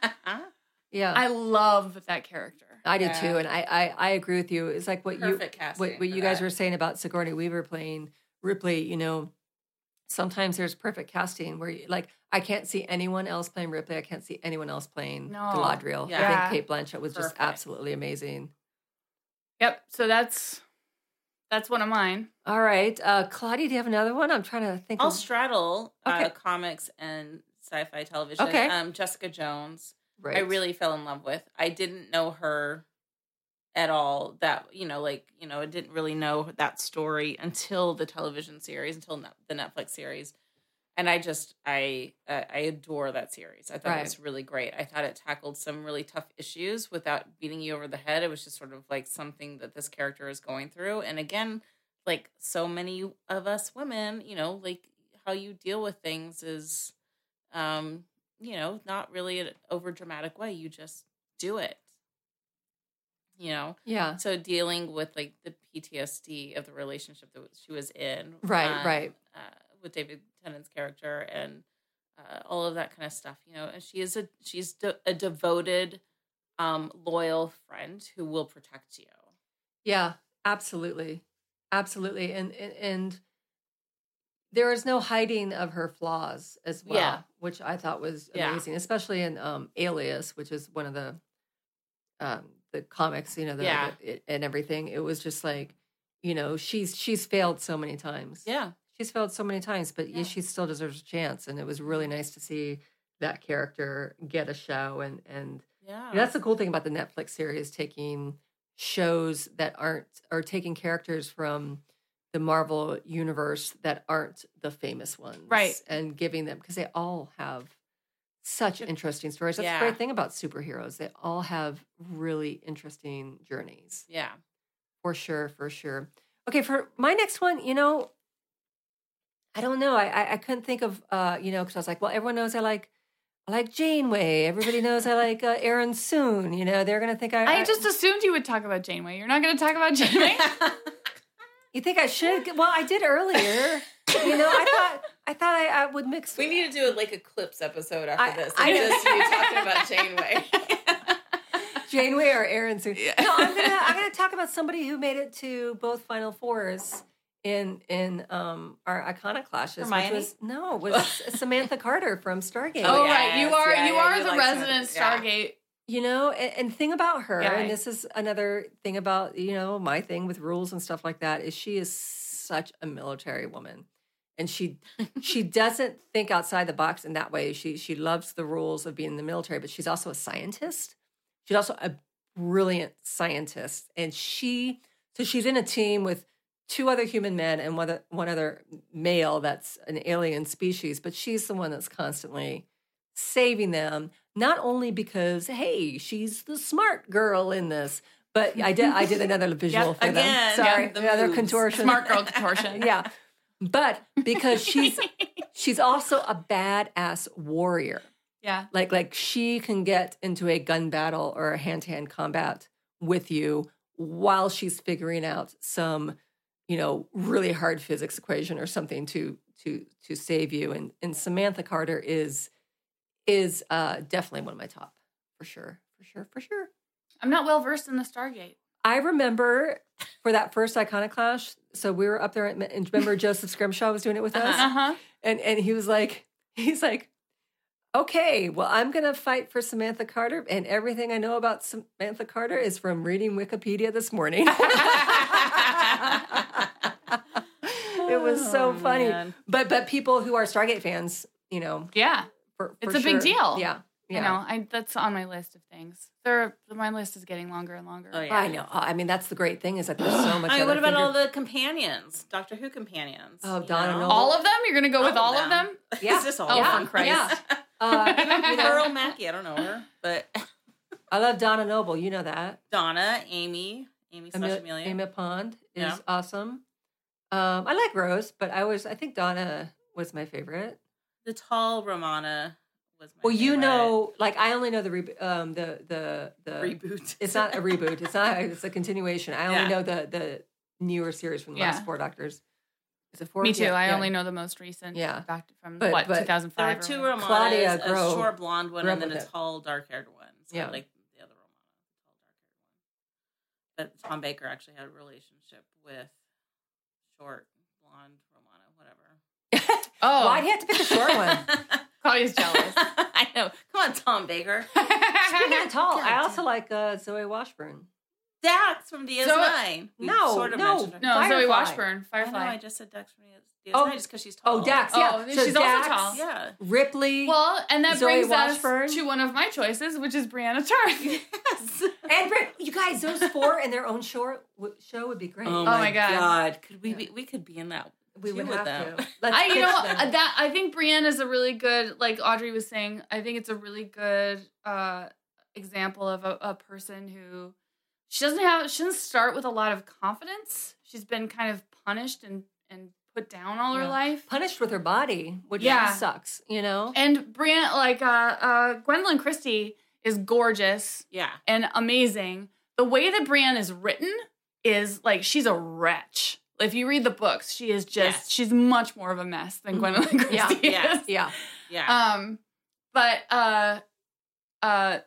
Speaker 1: yeah.
Speaker 3: I love that character.
Speaker 1: I do
Speaker 2: Yeah.
Speaker 1: too, and I, I I agree with you. It's like what
Speaker 2: perfect
Speaker 1: you
Speaker 2: casting
Speaker 1: what, what
Speaker 2: for
Speaker 1: you guys
Speaker 2: that.
Speaker 1: were saying about Sigourney Weaver playing Ripley. You know, sometimes there's perfect casting where you, like I can't see anyone else playing Ripley. I can't see anyone else playing
Speaker 3: No.
Speaker 1: Galadriel. I
Speaker 3: Yeah.
Speaker 1: think Kate Blanchett was just
Speaker 2: Perfect.
Speaker 1: absolutely amazing.
Speaker 3: Yep. So that's that's one of mine.
Speaker 1: All right, uh, Claudia, do you have another one? I'm trying to think.
Speaker 2: I'll
Speaker 1: of-
Speaker 2: straddle
Speaker 1: Okay.
Speaker 2: uh, comics and sci-fi television.
Speaker 1: Okay.
Speaker 2: Um, Jessica Jones,
Speaker 1: right.
Speaker 2: I really fell in love with. I didn't know her at all that you know like you know i didn't really know that story until the television series until ne- the netflix series and i just i uh, i adore that series i thought
Speaker 1: Right.
Speaker 2: it was really great i thought it tackled some really tough issues without beating you over the head it was just sort of like something that this character is going through and again like so many of us women you know like how you deal with things is um you know not really an over dramatic way you just do it you know
Speaker 1: Yeah.
Speaker 2: so dealing with like the PTSD of the relationship that she was in,
Speaker 1: Right, right.
Speaker 2: uh, with David Tennant's character and uh, all of that kind of stuff, you know. And she is a she's de- a devoted, um, loyal friend who will protect you.
Speaker 1: Yeah, absolutely. Absolutely. And and, and there is no hiding of her flaws as well,
Speaker 2: Yeah.
Speaker 1: which I thought was
Speaker 2: Yeah.
Speaker 1: amazing, especially in um Alias, which is one of the um the comics, you know, the,
Speaker 2: Yeah.
Speaker 1: the- and everything. It was just like, you know, she's she's failed so many times.
Speaker 2: Yeah,
Speaker 1: She's failed so many times, but
Speaker 2: Yeah.
Speaker 1: yeah, she still deserves a chance. And it was really nice to see that character get a show and and
Speaker 2: yeah,
Speaker 1: and that's the cool thing about the Netflix series taking shows that aren't or taking characters from the Marvel universe that aren't the famous ones,
Speaker 3: Right.
Speaker 1: And giving them because they all have such interesting stories. That's
Speaker 2: Yeah.
Speaker 1: the great thing about superheroes; they all have really interesting journeys,
Speaker 2: yeah.
Speaker 1: for sure, for sure. Okay, for my next one, you know, I don't know. I I, I couldn't think of uh, you know because I was like, well, everyone knows I like. I like Janeway. Everybody knows I like uh, Aaron Soon. You know, they're gonna think I.
Speaker 3: I just assumed you would talk about Janeway. You're not going to talk about Janeway.
Speaker 1: You think I should? Well, I did earlier. you know, I thought I thought I, I would mix.
Speaker 2: we need to do like a clips episode after
Speaker 1: I-
Speaker 2: this.
Speaker 1: I-
Speaker 2: I just you talking about Janeway.
Speaker 1: Janeway or Aaron Soon. No, I'm gonna I'm gonna talk about somebody who made it to both Final Fours in in um our iconoclashes.
Speaker 2: Hermione?
Speaker 1: Which was, no, it was Samantha Carter from Stargate.
Speaker 3: oh
Speaker 2: Oh, yes.
Speaker 3: right, you are
Speaker 2: Yeah,
Speaker 3: you
Speaker 2: yeah,
Speaker 3: are
Speaker 2: you
Speaker 3: the
Speaker 2: like
Speaker 3: resident
Speaker 2: Samantha.
Speaker 3: Stargate.
Speaker 1: you know and, and thing about her
Speaker 3: Yeah.
Speaker 1: and this is another thing about you know my thing with rules and stuff like that is she is such a military woman and she she doesn't think outside the box in that way she she loves the rules of being in the military but she's also a scientist she's also a brilliant scientist and she so she's in a team with two other human men and one, oth- one other male that's an alien species but she's the one that's constantly saving them not only because hey she's the smart girl in this but i did i did another visual for
Speaker 2: again,
Speaker 1: them sorry
Speaker 2: the
Speaker 1: another
Speaker 2: moves.
Speaker 1: contortion
Speaker 3: Smart girl contortion.
Speaker 1: yeah but because she's she's also a badass warrior
Speaker 3: yeah.
Speaker 1: like like she can get into a gun battle or a hand-to-hand combat with you while she's figuring out some you know really hard physics equation or something to to to save you and and samantha carter is is uh definitely one of my top for sure for sure for sure
Speaker 3: I'm not well versed in the Stargate.
Speaker 1: I remember for that first Iconoclash, so we were up there, and and remember Joseph Scrimshaw was doing it with us,
Speaker 3: Uh huh.
Speaker 1: and and he was like, he's like, okay, well, I'm gonna fight for Samantha Carter, and everything I know about Samantha Carter is from reading Wikipedia this morning.
Speaker 3: Uh-huh.
Speaker 1: it was so
Speaker 2: Oh,
Speaker 1: funny,
Speaker 2: man.
Speaker 1: but but people who are Stargate fans, you know,
Speaker 3: Yeah.
Speaker 1: for,
Speaker 3: It's
Speaker 1: for
Speaker 3: a big
Speaker 1: sure.
Speaker 3: deal.
Speaker 1: Yeah, yeah.
Speaker 3: You know, I that's on my list of things. There, my list is getting longer and longer.
Speaker 2: Oh, yeah.
Speaker 1: I know. I mean, that's the great thing is that there's so much.
Speaker 2: I mean,
Speaker 1: other
Speaker 2: what about
Speaker 1: finger-
Speaker 2: all the companions, Doctor Who companions?
Speaker 1: Oh,
Speaker 2: you
Speaker 1: Donna
Speaker 2: know?
Speaker 1: Noble.
Speaker 3: All of them? You're gonna go with
Speaker 2: All
Speaker 3: all
Speaker 2: of
Speaker 3: of
Speaker 2: them.
Speaker 3: them?
Speaker 1: Yeah.
Speaker 2: Is this all?
Speaker 3: Oh,
Speaker 1: yeah,
Speaker 3: for Christ.
Speaker 1: Yeah. Uh,
Speaker 2: Even Pearl Mackey, I don't know her, but
Speaker 1: I love Donna Noble. You know that.
Speaker 2: Donna, Amy, Amy slash
Speaker 1: Amelia,
Speaker 2: Amelia.
Speaker 1: Amelia Pond is
Speaker 2: Yeah.
Speaker 1: awesome. Um, I like Rose, but I was I think Donna was my favorite.
Speaker 2: The tall Romana was my
Speaker 1: well, you
Speaker 2: favorite.
Speaker 1: know, like I only know the re- um the the the
Speaker 2: reboot.
Speaker 1: It's not a reboot. It's not. It's a continuation. I only
Speaker 2: Yeah.
Speaker 1: know the the newer series from the
Speaker 3: Yeah.
Speaker 1: last four Doctors. Is it four?
Speaker 3: Me too.
Speaker 1: Yeah,
Speaker 3: I
Speaker 1: yeah.
Speaker 3: only know the most recent.
Speaker 1: Yeah.
Speaker 3: Back from
Speaker 1: But-
Speaker 3: what
Speaker 1: but-
Speaker 2: There
Speaker 3: 2005.
Speaker 2: were two
Speaker 3: or whatever.
Speaker 2: Romanas,
Speaker 1: Claudia
Speaker 2: a
Speaker 1: Grove
Speaker 2: short blonde one,
Speaker 1: grew
Speaker 2: and
Speaker 1: up
Speaker 2: then
Speaker 1: with
Speaker 2: a
Speaker 1: it.
Speaker 2: tall dark haired one. So
Speaker 1: Yeah.
Speaker 2: like the other Romana, the tall dark haired one. But Tom Baker actually had a relationship with short blonde Romana, whatever.
Speaker 3: Oh,
Speaker 1: Why'd you have to pick a short one?
Speaker 3: Claudia's jealous.
Speaker 2: I know. Come on, Tom Baker.
Speaker 1: Speaking of tall, I also like uh, Zoe Washburn.
Speaker 2: Dax from DS9. We
Speaker 1: no, no.
Speaker 2: her.
Speaker 3: No,
Speaker 1: Firefly.
Speaker 3: Zoe Washburn,
Speaker 2: I know.
Speaker 3: Firefly.
Speaker 2: I just said Dax from DS9
Speaker 1: Oh.
Speaker 2: just because she's tall.
Speaker 1: Oh, Dax. Yeah.
Speaker 3: Oh, she's also tall.
Speaker 2: Yeah.
Speaker 1: Ripley
Speaker 3: well, and that
Speaker 1: Zoe
Speaker 3: brings
Speaker 1: Washburn.
Speaker 3: us to one of my choices, which is Brianna Tarth.
Speaker 1: and Rip. You guys, those four in their own short w- show would be great.
Speaker 2: Oh,
Speaker 3: my
Speaker 2: my,
Speaker 3: God.
Speaker 2: god. Could we be, we could be in that.
Speaker 1: we
Speaker 2: too
Speaker 1: would
Speaker 2: with
Speaker 1: have
Speaker 2: them.
Speaker 1: to. Let's
Speaker 3: I, you
Speaker 1: pitch
Speaker 3: know, uh,
Speaker 1: them.
Speaker 3: that I think Brianna's a really good, like Audrey was saying. I think it's a really good uh, example of a, a person who she doesn't have. She doesn't start with a lot of confidence. She's been kind of punished and and put down all her
Speaker 1: Yeah.
Speaker 3: life.
Speaker 1: punished with her body, which
Speaker 3: Yeah.
Speaker 1: sucks. You know.
Speaker 3: And Brian, like uh, uh, Gwendolyn Christie, is gorgeous
Speaker 2: Yeah.
Speaker 3: and amazing. The way that Brienne is written is like she's a wretch. If you read the books, she is just
Speaker 2: Yes.
Speaker 3: she's much more of a mess than Gwendolyn Christie
Speaker 1: Yeah,
Speaker 2: yeah.
Speaker 3: is.
Speaker 1: Yeah.
Speaker 2: Yeah.
Speaker 3: Um, but uh, uh,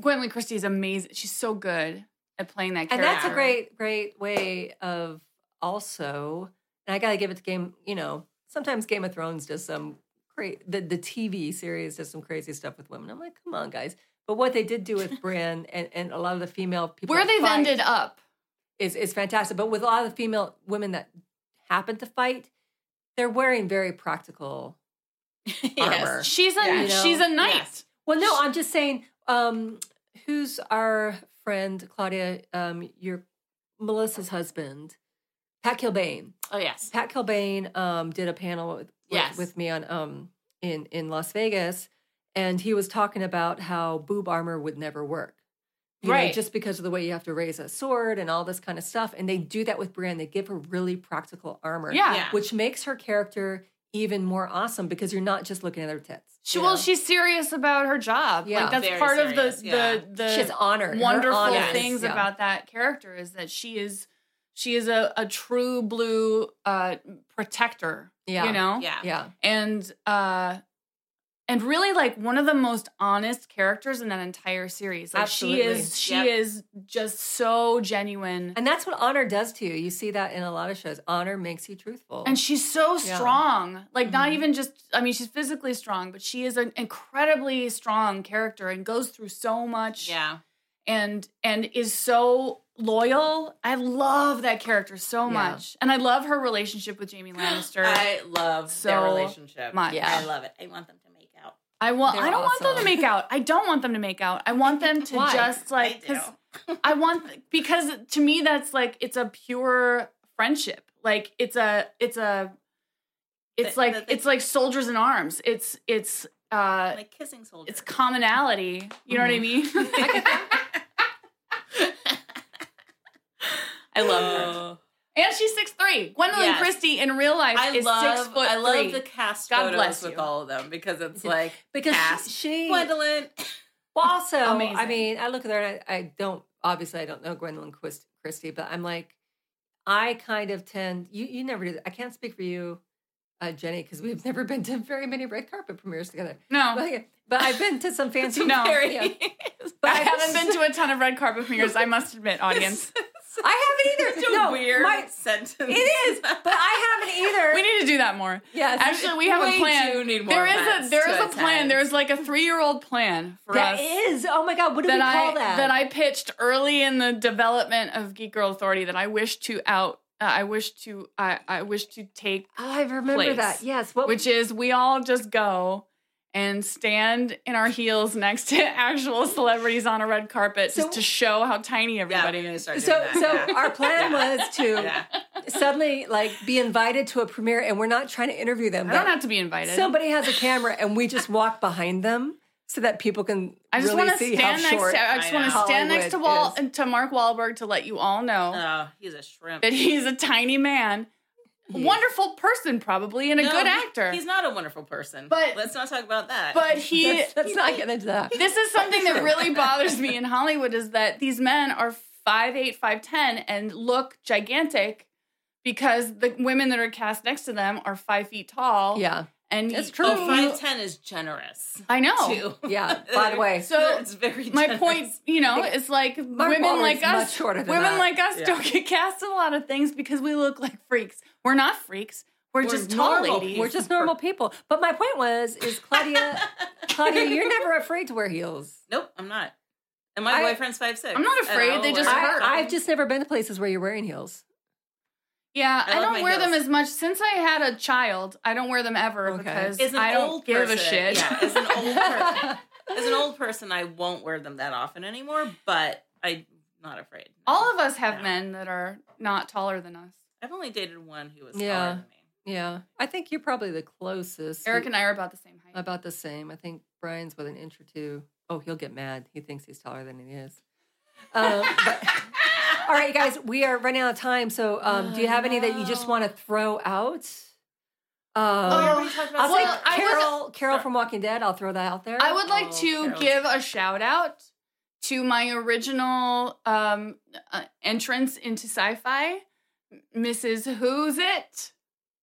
Speaker 3: Gwendolyn Christie is amazing. She's so good at playing that
Speaker 1: and
Speaker 3: character.
Speaker 1: that's a great great way of also and i gotta give it to game you know sometimes game of thrones does some crazy the, the tv series does some crazy stuff with women i'm like come on guys but what they did do with Bran and, and a lot of the female people
Speaker 3: where
Speaker 1: that
Speaker 3: they've
Speaker 1: fight
Speaker 3: ended up.
Speaker 1: is, is fantastic. But with a lot of the female women that happen to fight, they're wearing very practical armor.
Speaker 3: She's a
Speaker 2: Yeah.
Speaker 1: You know?
Speaker 3: she's a knight.
Speaker 2: Yes.
Speaker 1: Well, no, I'm just saying. Um, who's our friend Claudia? Um, your Melissa's husband, Pat Kilbane.
Speaker 2: Oh, yes.
Speaker 1: Pat Kilbane um, did a panel with, with,
Speaker 2: Yes.
Speaker 1: with me on um, in in Las Vegas, and he was talking about how boob armor would never work, you know,
Speaker 3: Right.
Speaker 1: just because of the way you have to raise a sword and all this kind of stuff. And they do that with Brienne. They give her really practical armor,
Speaker 3: Yeah.
Speaker 2: Yeah.
Speaker 1: which makes her character even more awesome because you're not just looking at her tits.
Speaker 3: She
Speaker 1: you
Speaker 3: well,
Speaker 1: know?
Speaker 3: she's serious about her job.
Speaker 1: Yeah.
Speaker 3: like that's
Speaker 2: Very
Speaker 3: part
Speaker 2: serious,
Speaker 3: of the
Speaker 2: yeah.
Speaker 3: the the
Speaker 1: She's honored. Her
Speaker 3: wonderful
Speaker 1: honor is-
Speaker 3: things
Speaker 1: yeah.
Speaker 3: about that character is that she is she is a, a true blue uh protector.
Speaker 1: Yeah.
Speaker 3: You know?
Speaker 2: Yeah.
Speaker 1: yeah,
Speaker 3: And uh and really like one of the most honest characters in that entire series. Like she
Speaker 1: Absolutely.
Speaker 3: is she
Speaker 2: Yep.
Speaker 3: is just so genuine. And,
Speaker 1: and that's what honor does to you. You see that in a lot of shows. Honor makes you truthful,
Speaker 3: she's so
Speaker 1: Yeah.
Speaker 3: strong. Like not
Speaker 1: Mhm.
Speaker 3: even just I mean she's physically strong, but she is an incredibly strong character and goes through so much.
Speaker 2: Yeah.
Speaker 3: and and is so loyal. I love that character so
Speaker 1: Yeah.
Speaker 3: much, and I love her relationship with Jamie Lannister. I,
Speaker 2: I love
Speaker 3: So
Speaker 2: their relationship.
Speaker 3: much.
Speaker 1: Yeah.
Speaker 2: I love it. I want them to make out.
Speaker 3: want. I
Speaker 1: They're
Speaker 3: don't want them to
Speaker 1: awesome.
Speaker 3: make out. I don't want them to make out. I want them to
Speaker 1: Why?
Speaker 3: just like
Speaker 2: I do.
Speaker 3: because I want because to me that's like it's a pure friendship. Like it's a it's a
Speaker 2: That-
Speaker 3: it's like
Speaker 2: that they-
Speaker 3: it's like soldiers in arms. It's it's uh
Speaker 2: like kissing soldiers.
Speaker 3: it's commonality. You know what Mm-hmm. I mean?
Speaker 2: I love her.
Speaker 3: and she's six three. Gwendolyn
Speaker 2: Yes.
Speaker 3: Christie in real life
Speaker 2: I
Speaker 3: is
Speaker 2: love.
Speaker 3: six foot
Speaker 2: I love
Speaker 3: three.
Speaker 2: the cast
Speaker 3: God
Speaker 2: photos
Speaker 3: bless
Speaker 2: with
Speaker 3: you.
Speaker 2: all of them because it's like
Speaker 1: because
Speaker 2: Ass.
Speaker 1: she, she
Speaker 2: Gwendolyn.
Speaker 1: Well, also, I
Speaker 3: Amazing.
Speaker 1: mean, I look at her and I, I don't, obviously, I don't know Gwendolyn Quist, Christie, but I'm like, I kind of tend, you, you never did, I can't speak for you, uh, Jenny, because we've never been to very many red carpet premieres together.
Speaker 3: no,
Speaker 1: But, but I've been to some fancy
Speaker 3: No.
Speaker 1: very- yeah. But
Speaker 3: I haven't been to a ton of red carpet premieres, I must admit, audience.
Speaker 1: I haven't
Speaker 2: Such
Speaker 1: either.
Speaker 2: a
Speaker 1: no,
Speaker 2: weird
Speaker 1: my-
Speaker 2: sentence.
Speaker 1: it is, but I haven't either.
Speaker 3: We need to do that more.
Speaker 1: yes.
Speaker 3: Actually, we have a
Speaker 2: We
Speaker 3: plan.
Speaker 2: do need more
Speaker 3: There is a
Speaker 2: events
Speaker 3: there
Speaker 2: to
Speaker 3: is a plan.
Speaker 2: attend.
Speaker 3: There's like a three year old plan for
Speaker 1: that
Speaker 3: us
Speaker 1: is. Oh my God. What do
Speaker 3: that
Speaker 1: we call
Speaker 3: I
Speaker 1: that?
Speaker 3: I pitched early in the development of Geek Girl Authority that I wish to out. Uh, I wish to I, I wish to take,
Speaker 1: oh, I remember
Speaker 3: place,
Speaker 1: that. Yes. What,
Speaker 3: which is we all just go and stand in our heels next to actual celebrities on a red carpet
Speaker 1: So-
Speaker 3: just to show how tiny everybody
Speaker 2: Yeah, I'm gonna
Speaker 3: is.
Speaker 2: start doing
Speaker 1: so,
Speaker 2: that.
Speaker 1: so
Speaker 2: Yeah.
Speaker 1: our plan was to
Speaker 2: Yeah.
Speaker 1: suddenly like be invited to a premiere and we're not trying to interview them.
Speaker 3: I
Speaker 1: but
Speaker 3: don't have to be invited.
Speaker 1: Somebody has a camera and we just walk behind them so that people can
Speaker 3: I just
Speaker 1: really
Speaker 3: want to
Speaker 1: see
Speaker 3: stand
Speaker 1: how
Speaker 3: next.
Speaker 1: short.
Speaker 3: To, I just
Speaker 2: I
Speaker 3: want to
Speaker 2: know.
Speaker 3: stand next to Wall
Speaker 1: Hollywood Uh.
Speaker 3: and to Mark Wahlberg to let you all know
Speaker 2: Oh, he's a shrimp.
Speaker 3: that he's a tiny man, wonderful person probably, and a
Speaker 2: No,
Speaker 3: good
Speaker 2: he-
Speaker 3: actor.
Speaker 2: He's not a wonderful person.
Speaker 3: But-
Speaker 2: let's not talk about that.
Speaker 3: but he.
Speaker 1: Let's, let's not get into that.
Speaker 3: this is something that really bothers me in Hollywood is that these men are five eight, five ten, and look gigantic because the women that are cast next to them are five feet tall.
Speaker 1: Yeah,
Speaker 3: and
Speaker 1: It's
Speaker 3: you-
Speaker 1: true.
Speaker 2: oh, five ten is generous.
Speaker 3: I know.
Speaker 2: Too.
Speaker 1: yeah. By the way,
Speaker 3: Oh, So,
Speaker 2: it's very.
Speaker 3: my
Speaker 2: generous.
Speaker 3: point, you know, is like women
Speaker 1: Wahlberg's
Speaker 3: like
Speaker 1: much
Speaker 3: us,
Speaker 1: shorter
Speaker 3: women
Speaker 1: than that.
Speaker 3: like us
Speaker 2: Yeah.
Speaker 3: don't get cast in a lot of things because we look like freaks. We're not freaks. We're,
Speaker 2: We're
Speaker 3: just tall
Speaker 2: normal.
Speaker 3: ladies.
Speaker 1: we're just normal people. But my point was, is Claudia, Claudia, you're never afraid to wear heels.
Speaker 2: Nope, I'm not. And my
Speaker 1: I-
Speaker 2: boyfriend's five six.
Speaker 3: I'm not afraid, they just
Speaker 1: I,
Speaker 3: hurt.
Speaker 1: I've just never been to places where you're wearing heels.
Speaker 3: Yeah,
Speaker 2: I
Speaker 3: I,
Speaker 2: love
Speaker 3: don't
Speaker 2: my
Speaker 3: wear them
Speaker 2: heels.
Speaker 3: as much since I had a child. I don't wear them ever
Speaker 1: Okay.
Speaker 3: because
Speaker 2: As an
Speaker 3: I don't
Speaker 2: old
Speaker 3: give
Speaker 2: person,
Speaker 3: a shit.
Speaker 2: Yeah, as an old per- as an old person, I won't wear them that often anymore. But I'm not afraid.
Speaker 3: All of us have
Speaker 2: No.
Speaker 3: men that are not taller than us.
Speaker 2: I've only dated one who was
Speaker 1: Yeah.
Speaker 2: taller than me.
Speaker 1: Yeah, I think you're probably the closest.
Speaker 3: Eric and I are about the same height.
Speaker 1: about the same. I think Brian's with an inch or two. Oh, he'll get mad. He thinks he's taller than he is. Um, but, all right, you guys, we are running out of time. So, um, do you have any that you just want to throw out? Um,
Speaker 2: Are we talking
Speaker 1: I'll
Speaker 2: about
Speaker 3: Oh, well,
Speaker 1: say
Speaker 3: I was-
Speaker 1: Carol, Carol from Walking Dead. I'll throw that out there.
Speaker 3: I would like
Speaker 2: Oh,
Speaker 3: to
Speaker 2: Carol's-
Speaker 3: give a shout out to my original um, uh, entrance into sci-fi, Mrs. Who's It?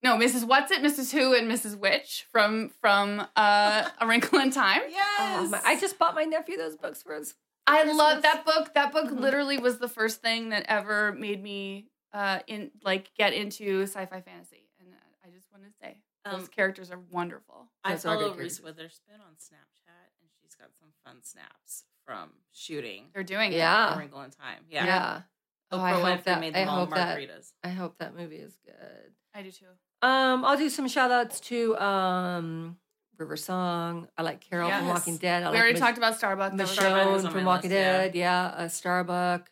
Speaker 3: No, Mrs. What's It, Mrs. Who, and Mrs. Which from from uh, A Wrinkle in Time.
Speaker 1: Oh,
Speaker 2: yes.
Speaker 1: my- I just bought my nephew those books for his.
Speaker 3: I
Speaker 1: Christmas.
Speaker 3: love that book. That book
Speaker 1: Mhm.
Speaker 3: literally was the first thing that ever made me uh in like get into sci-fi fantasy, and uh, I just want to say
Speaker 2: Um,
Speaker 3: those characters are wonderful.
Speaker 2: I
Speaker 1: Those are good
Speaker 2: follow
Speaker 1: characters.
Speaker 2: Reese Witherspoon on Snapchat, and she's got some fun snaps from shooting
Speaker 3: They're doing it.
Speaker 1: Yeah.
Speaker 2: A Wrinkle in Time.
Speaker 1: Ah. Yeah.
Speaker 2: Yeah,
Speaker 1: Oh, I
Speaker 2: Oprah
Speaker 1: hope
Speaker 2: Winfrey
Speaker 1: that-
Speaker 2: made
Speaker 1: I
Speaker 2: them all
Speaker 1: hope that-
Speaker 2: margaritas.
Speaker 1: I hope that movie is good.
Speaker 3: I do too.
Speaker 1: Um, I'll do some shout outs to um, River Song. I like Carol from
Speaker 3: Yes.
Speaker 1: Walking Dead. I
Speaker 3: we
Speaker 1: like
Speaker 3: already
Speaker 1: Mich-
Speaker 3: talked about Starbucks. That was
Speaker 2: Michelle-
Speaker 3: Starbucks.
Speaker 1: Michonne
Speaker 2: was on
Speaker 1: from
Speaker 2: my
Speaker 1: Walking
Speaker 2: list, yeah.
Speaker 1: Dead. Yeah, uh, Starbuck,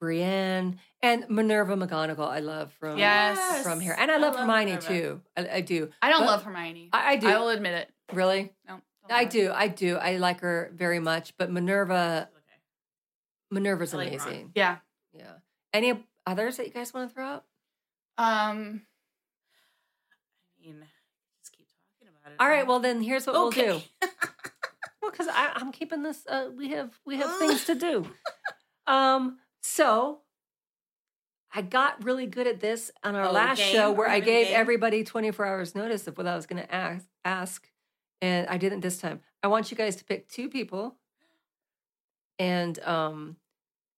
Speaker 1: Brienne, and Minerva McGonagall. I love from
Speaker 3: Yes.
Speaker 1: from here, and I love, Hermione
Speaker 2: Minerva.
Speaker 1: too. I, I do.
Speaker 3: I don't
Speaker 1: But-
Speaker 3: love Hermione.
Speaker 1: I, I do.
Speaker 3: I will admit it.
Speaker 1: really,
Speaker 3: No, don't
Speaker 1: I
Speaker 3: love her.
Speaker 1: do. I do. I like her very much. But Minerva,
Speaker 2: Okay.
Speaker 1: Minerva's
Speaker 2: I like Ron.
Speaker 1: amazing.
Speaker 3: Yeah.
Speaker 1: Yeah. Any others that you guys want to throw out?
Speaker 3: Um.
Speaker 2: I mean, just keep talking about it.
Speaker 1: All right. Well, then here's what we'll do. Uh,
Speaker 2: Okay.
Speaker 1: Well, because I'm keeping this. Uh, we have we have things to do. Um, so I got really good at this on our
Speaker 2: Oh,
Speaker 1: last
Speaker 2: game?
Speaker 1: show where
Speaker 2: Are we
Speaker 1: I
Speaker 2: doing a
Speaker 1: gave
Speaker 2: game?
Speaker 1: everybody 24 hours notice of what I was going to ask, ask, and I didn't this time. I want you guys to pick two people, and um,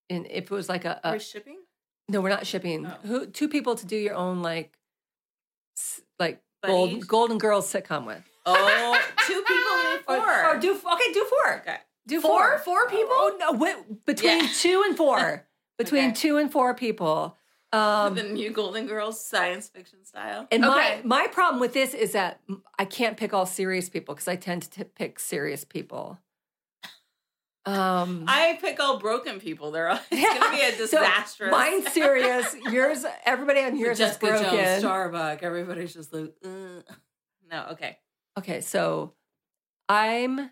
Speaker 1: and if it was like a, a
Speaker 2: Are we shipping?
Speaker 1: no, we're not shipping.
Speaker 2: Oh.
Speaker 1: Who two people to do your own like s- like golden
Speaker 2: Buddies?
Speaker 1: Golden Girls sitcom with?
Speaker 2: Oh, two people in four.
Speaker 1: Or, or do okay, do four.
Speaker 2: okay.
Speaker 1: Do four,
Speaker 3: Four?
Speaker 1: four people? Oh no, wait, between
Speaker 2: Yeah.
Speaker 1: two and four, between
Speaker 2: Okay.
Speaker 1: two and four people. Um,
Speaker 2: the new Golden Girls science fiction style.
Speaker 1: and
Speaker 3: Okay.
Speaker 1: my my problem with this is that m- I can't pick all serious people because I tend to t- pick serious people. Um,
Speaker 2: I pick all broken people. They're all, it's gonna be a
Speaker 1: so
Speaker 2: disastrous.
Speaker 1: mine's serious. Yours, everybody on yours is
Speaker 2: Jessica
Speaker 1: broken.
Speaker 2: Jones, Starbuck. Everybody's just like, "Ugh." no, okay.
Speaker 1: Okay, so I'm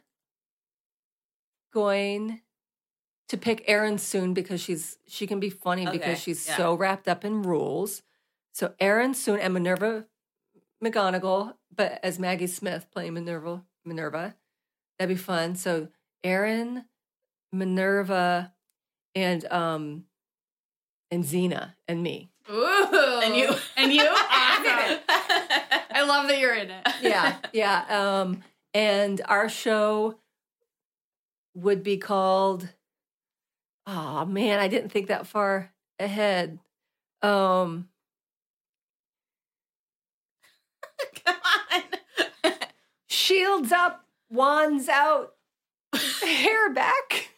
Speaker 1: going to pick Erin soon because she's she can be funny
Speaker 2: Okay,
Speaker 1: because she's
Speaker 2: yeah.
Speaker 1: so wrapped up in rules. So Erin soon and Minerva McGonagall, but as Maggie Smith playing Minerva Minerva. That'd be fun. So Erin, Minerva, and um and Xena and me.
Speaker 3: Ooh.
Speaker 2: And you.
Speaker 3: And you. Awesome. I love that you're in it.
Speaker 1: yeah, yeah. Um, and our show would be called. Oh man, I didn't think that far ahead. Um,
Speaker 2: Come on.
Speaker 1: shields up, wands out, hair back.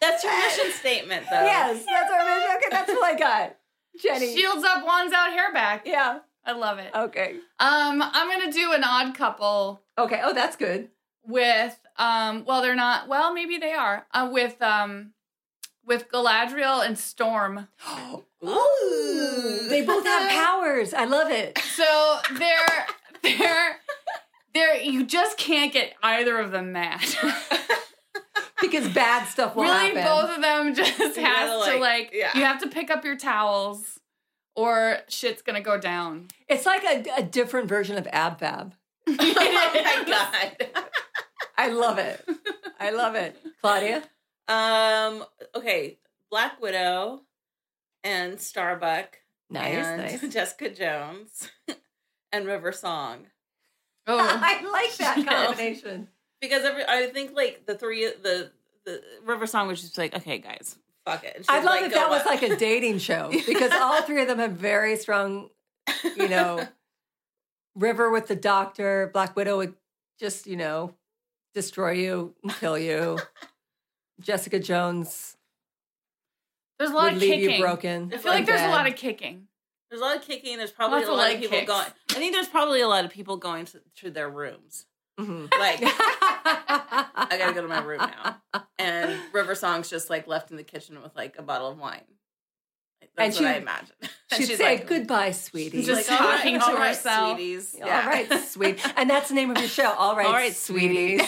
Speaker 2: That's your mission statement, though.
Speaker 1: Yes, that's our vision. Okay, that's what I got, Jenny.
Speaker 3: Shields up, wands out, hair back.
Speaker 1: yeah. Oh.
Speaker 3: I love it. Um,
Speaker 1: Okay.
Speaker 3: I'm gonna do an odd couple
Speaker 1: Okay. Oh, that's good.
Speaker 3: with um. Well, they're not. Well, maybe they are. Uh, with um, with Galadriel and Storm.
Speaker 2: Ooh.
Speaker 1: They both have powers. I love it.
Speaker 3: So they're they're they're. You just can't get either of them mad.
Speaker 1: Because bad stuff will
Speaker 3: really
Speaker 1: happen.
Speaker 3: both of them just
Speaker 2: You
Speaker 3: has
Speaker 2: gotta,
Speaker 3: to
Speaker 2: like-
Speaker 3: like
Speaker 2: yeah.
Speaker 3: you have to pick up your towels or shit's gonna go down
Speaker 1: It's like a, a different version of Ab Fab.
Speaker 2: oh my god.
Speaker 1: I love it. I love it. Claudia?
Speaker 2: Um. Okay. Black Widow and Starbuck and Jessica Jones and River Song
Speaker 3: oh
Speaker 1: I like that
Speaker 2: Yes.
Speaker 1: combination.
Speaker 2: because every I think like the three the the River Song was just like okay guys fuck it.
Speaker 1: I'd love
Speaker 2: it
Speaker 1: if that was like a dating show because all three of them have very strong, you know, River with the doctor, Black Widow would just, you know, destroy you and kill you. Jessica Jones
Speaker 3: There's a lot
Speaker 1: would
Speaker 3: of
Speaker 1: leave
Speaker 3: kicking.
Speaker 1: you broken.
Speaker 3: I feel like there's
Speaker 1: that.
Speaker 3: a lot of kicking.
Speaker 2: There's a lot of kicking. There's probably
Speaker 3: Lots
Speaker 2: a
Speaker 3: of
Speaker 2: lot of,
Speaker 3: leg
Speaker 2: people
Speaker 3: kicks.
Speaker 2: going. I think there's probably a lot of people going to, to their rooms.
Speaker 1: Mhm.
Speaker 2: Like, I gotta go to my room now. And River Song's just like left in the kitchen with like a bottle of wine. Like, That's
Speaker 1: And
Speaker 2: what I
Speaker 1: she-
Speaker 2: imagine.
Speaker 1: She'd
Speaker 2: she's
Speaker 1: say
Speaker 2: like-
Speaker 1: goodbye, sweetie.
Speaker 2: she's
Speaker 3: Just
Speaker 2: "All right,
Speaker 3: talking
Speaker 2: all
Speaker 3: to
Speaker 2: right,
Speaker 3: herself.
Speaker 2: Sweeties.
Speaker 1: All right, sweet. And that's the name of your show. All right,
Speaker 2: All right,
Speaker 1: sweeties.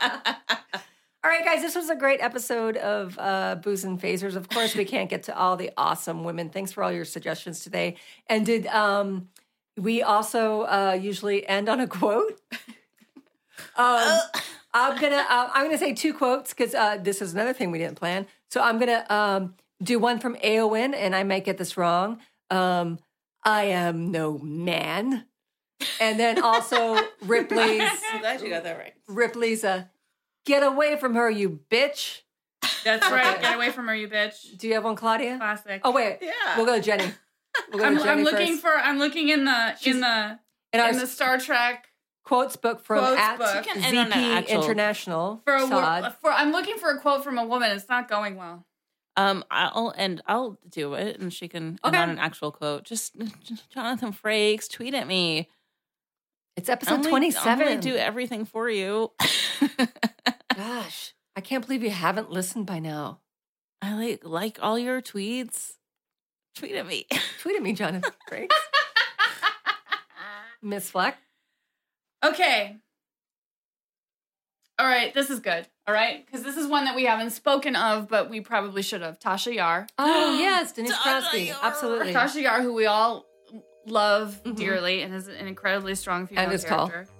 Speaker 1: all right, guys, this was a great episode of uh, Booze and Phasers. Of course, we can't get to all the awesome women. Thanks for all your suggestions today. And did um, we also uh, usually end on a quote? Um, I'm gonna uh, I'm gonna say two quotes because uh, this is another thing we didn't plan. So I'm gonna um, do one from Aowen, and I might get this wrong. Um, I am no man, and then also Ripley's
Speaker 2: I'm glad you got that right.
Speaker 1: Ripley's uh, get away from her, you bitch.
Speaker 3: That's right.
Speaker 1: Okay.
Speaker 3: Get away from her, you bitch.
Speaker 1: Do you have one, Claudia?
Speaker 3: Classic.
Speaker 1: Oh wait,
Speaker 2: Yeah.
Speaker 1: we'll go to Jenny. We'll go
Speaker 3: I'm,
Speaker 1: to Jenny
Speaker 3: I'm looking
Speaker 1: first.
Speaker 3: for. I'm looking in the
Speaker 1: She's-
Speaker 3: in the
Speaker 1: and
Speaker 3: in
Speaker 1: our
Speaker 3: the Star Trek
Speaker 1: quotes book from
Speaker 3: Quotes
Speaker 1: at
Speaker 3: book.
Speaker 2: You can end on an
Speaker 1: ZP
Speaker 2: actual-
Speaker 1: International.
Speaker 3: for a wo-
Speaker 1: Saad.
Speaker 3: for. I'm looking for a quote from a woman. It's not going well.
Speaker 2: Um, I'll and I'll do it, and she can
Speaker 1: Okay.
Speaker 2: okay. on an actual quote. Just, just Jonathan Frakes, tweet at me.
Speaker 1: It's episode
Speaker 2: Only-
Speaker 1: twenty
Speaker 2: I'm gonna
Speaker 1: seven.
Speaker 2: do everything for you.
Speaker 1: Gosh, I can't believe you haven't listened by now.
Speaker 2: I like like all your tweets. Tweet at me.
Speaker 1: Tweet at me, Jonathan Frakes. Miss Fleck.
Speaker 3: Okay. All right, this is good. All right, because this is one that we haven't spoken of, but we probably should have. Tasha Yar,
Speaker 1: Oh yes, Denise
Speaker 2: Donna
Speaker 1: Crosby.
Speaker 2: Yar.
Speaker 1: Absolutely.
Speaker 3: Tasha Yar, who we all love
Speaker 1: Mhm.
Speaker 3: dearly, and is an incredibly strong female
Speaker 1: And is tall.
Speaker 3: character.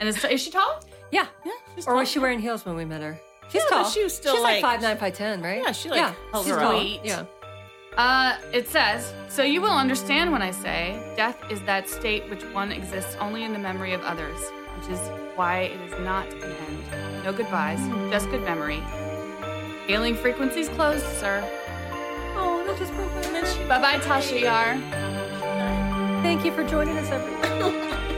Speaker 3: And is, is she tall?
Speaker 1: Yeah.
Speaker 2: Yeah, she's
Speaker 1: Or was she
Speaker 2: tall.
Speaker 1: wearing heels when we met her? She's
Speaker 2: Yeah, but
Speaker 1: tall.
Speaker 2: she was still
Speaker 1: She's like,
Speaker 2: like-
Speaker 1: five nine, five ten, right?
Speaker 2: Yeah, she, like, held
Speaker 1: she's
Speaker 2: her
Speaker 1: tall.
Speaker 3: own.
Speaker 1: Yeah.
Speaker 3: Uh, it says, So you will understand when I say, death is that state which one exists only in the memory of others, which is why it is not an end. No goodbyes, just good memory. Hailing frequencies closed, sir.
Speaker 1: Oh, that just broke my heart.
Speaker 3: Bye bye, Tasha Yar.
Speaker 1: Thank you for joining us, everyone.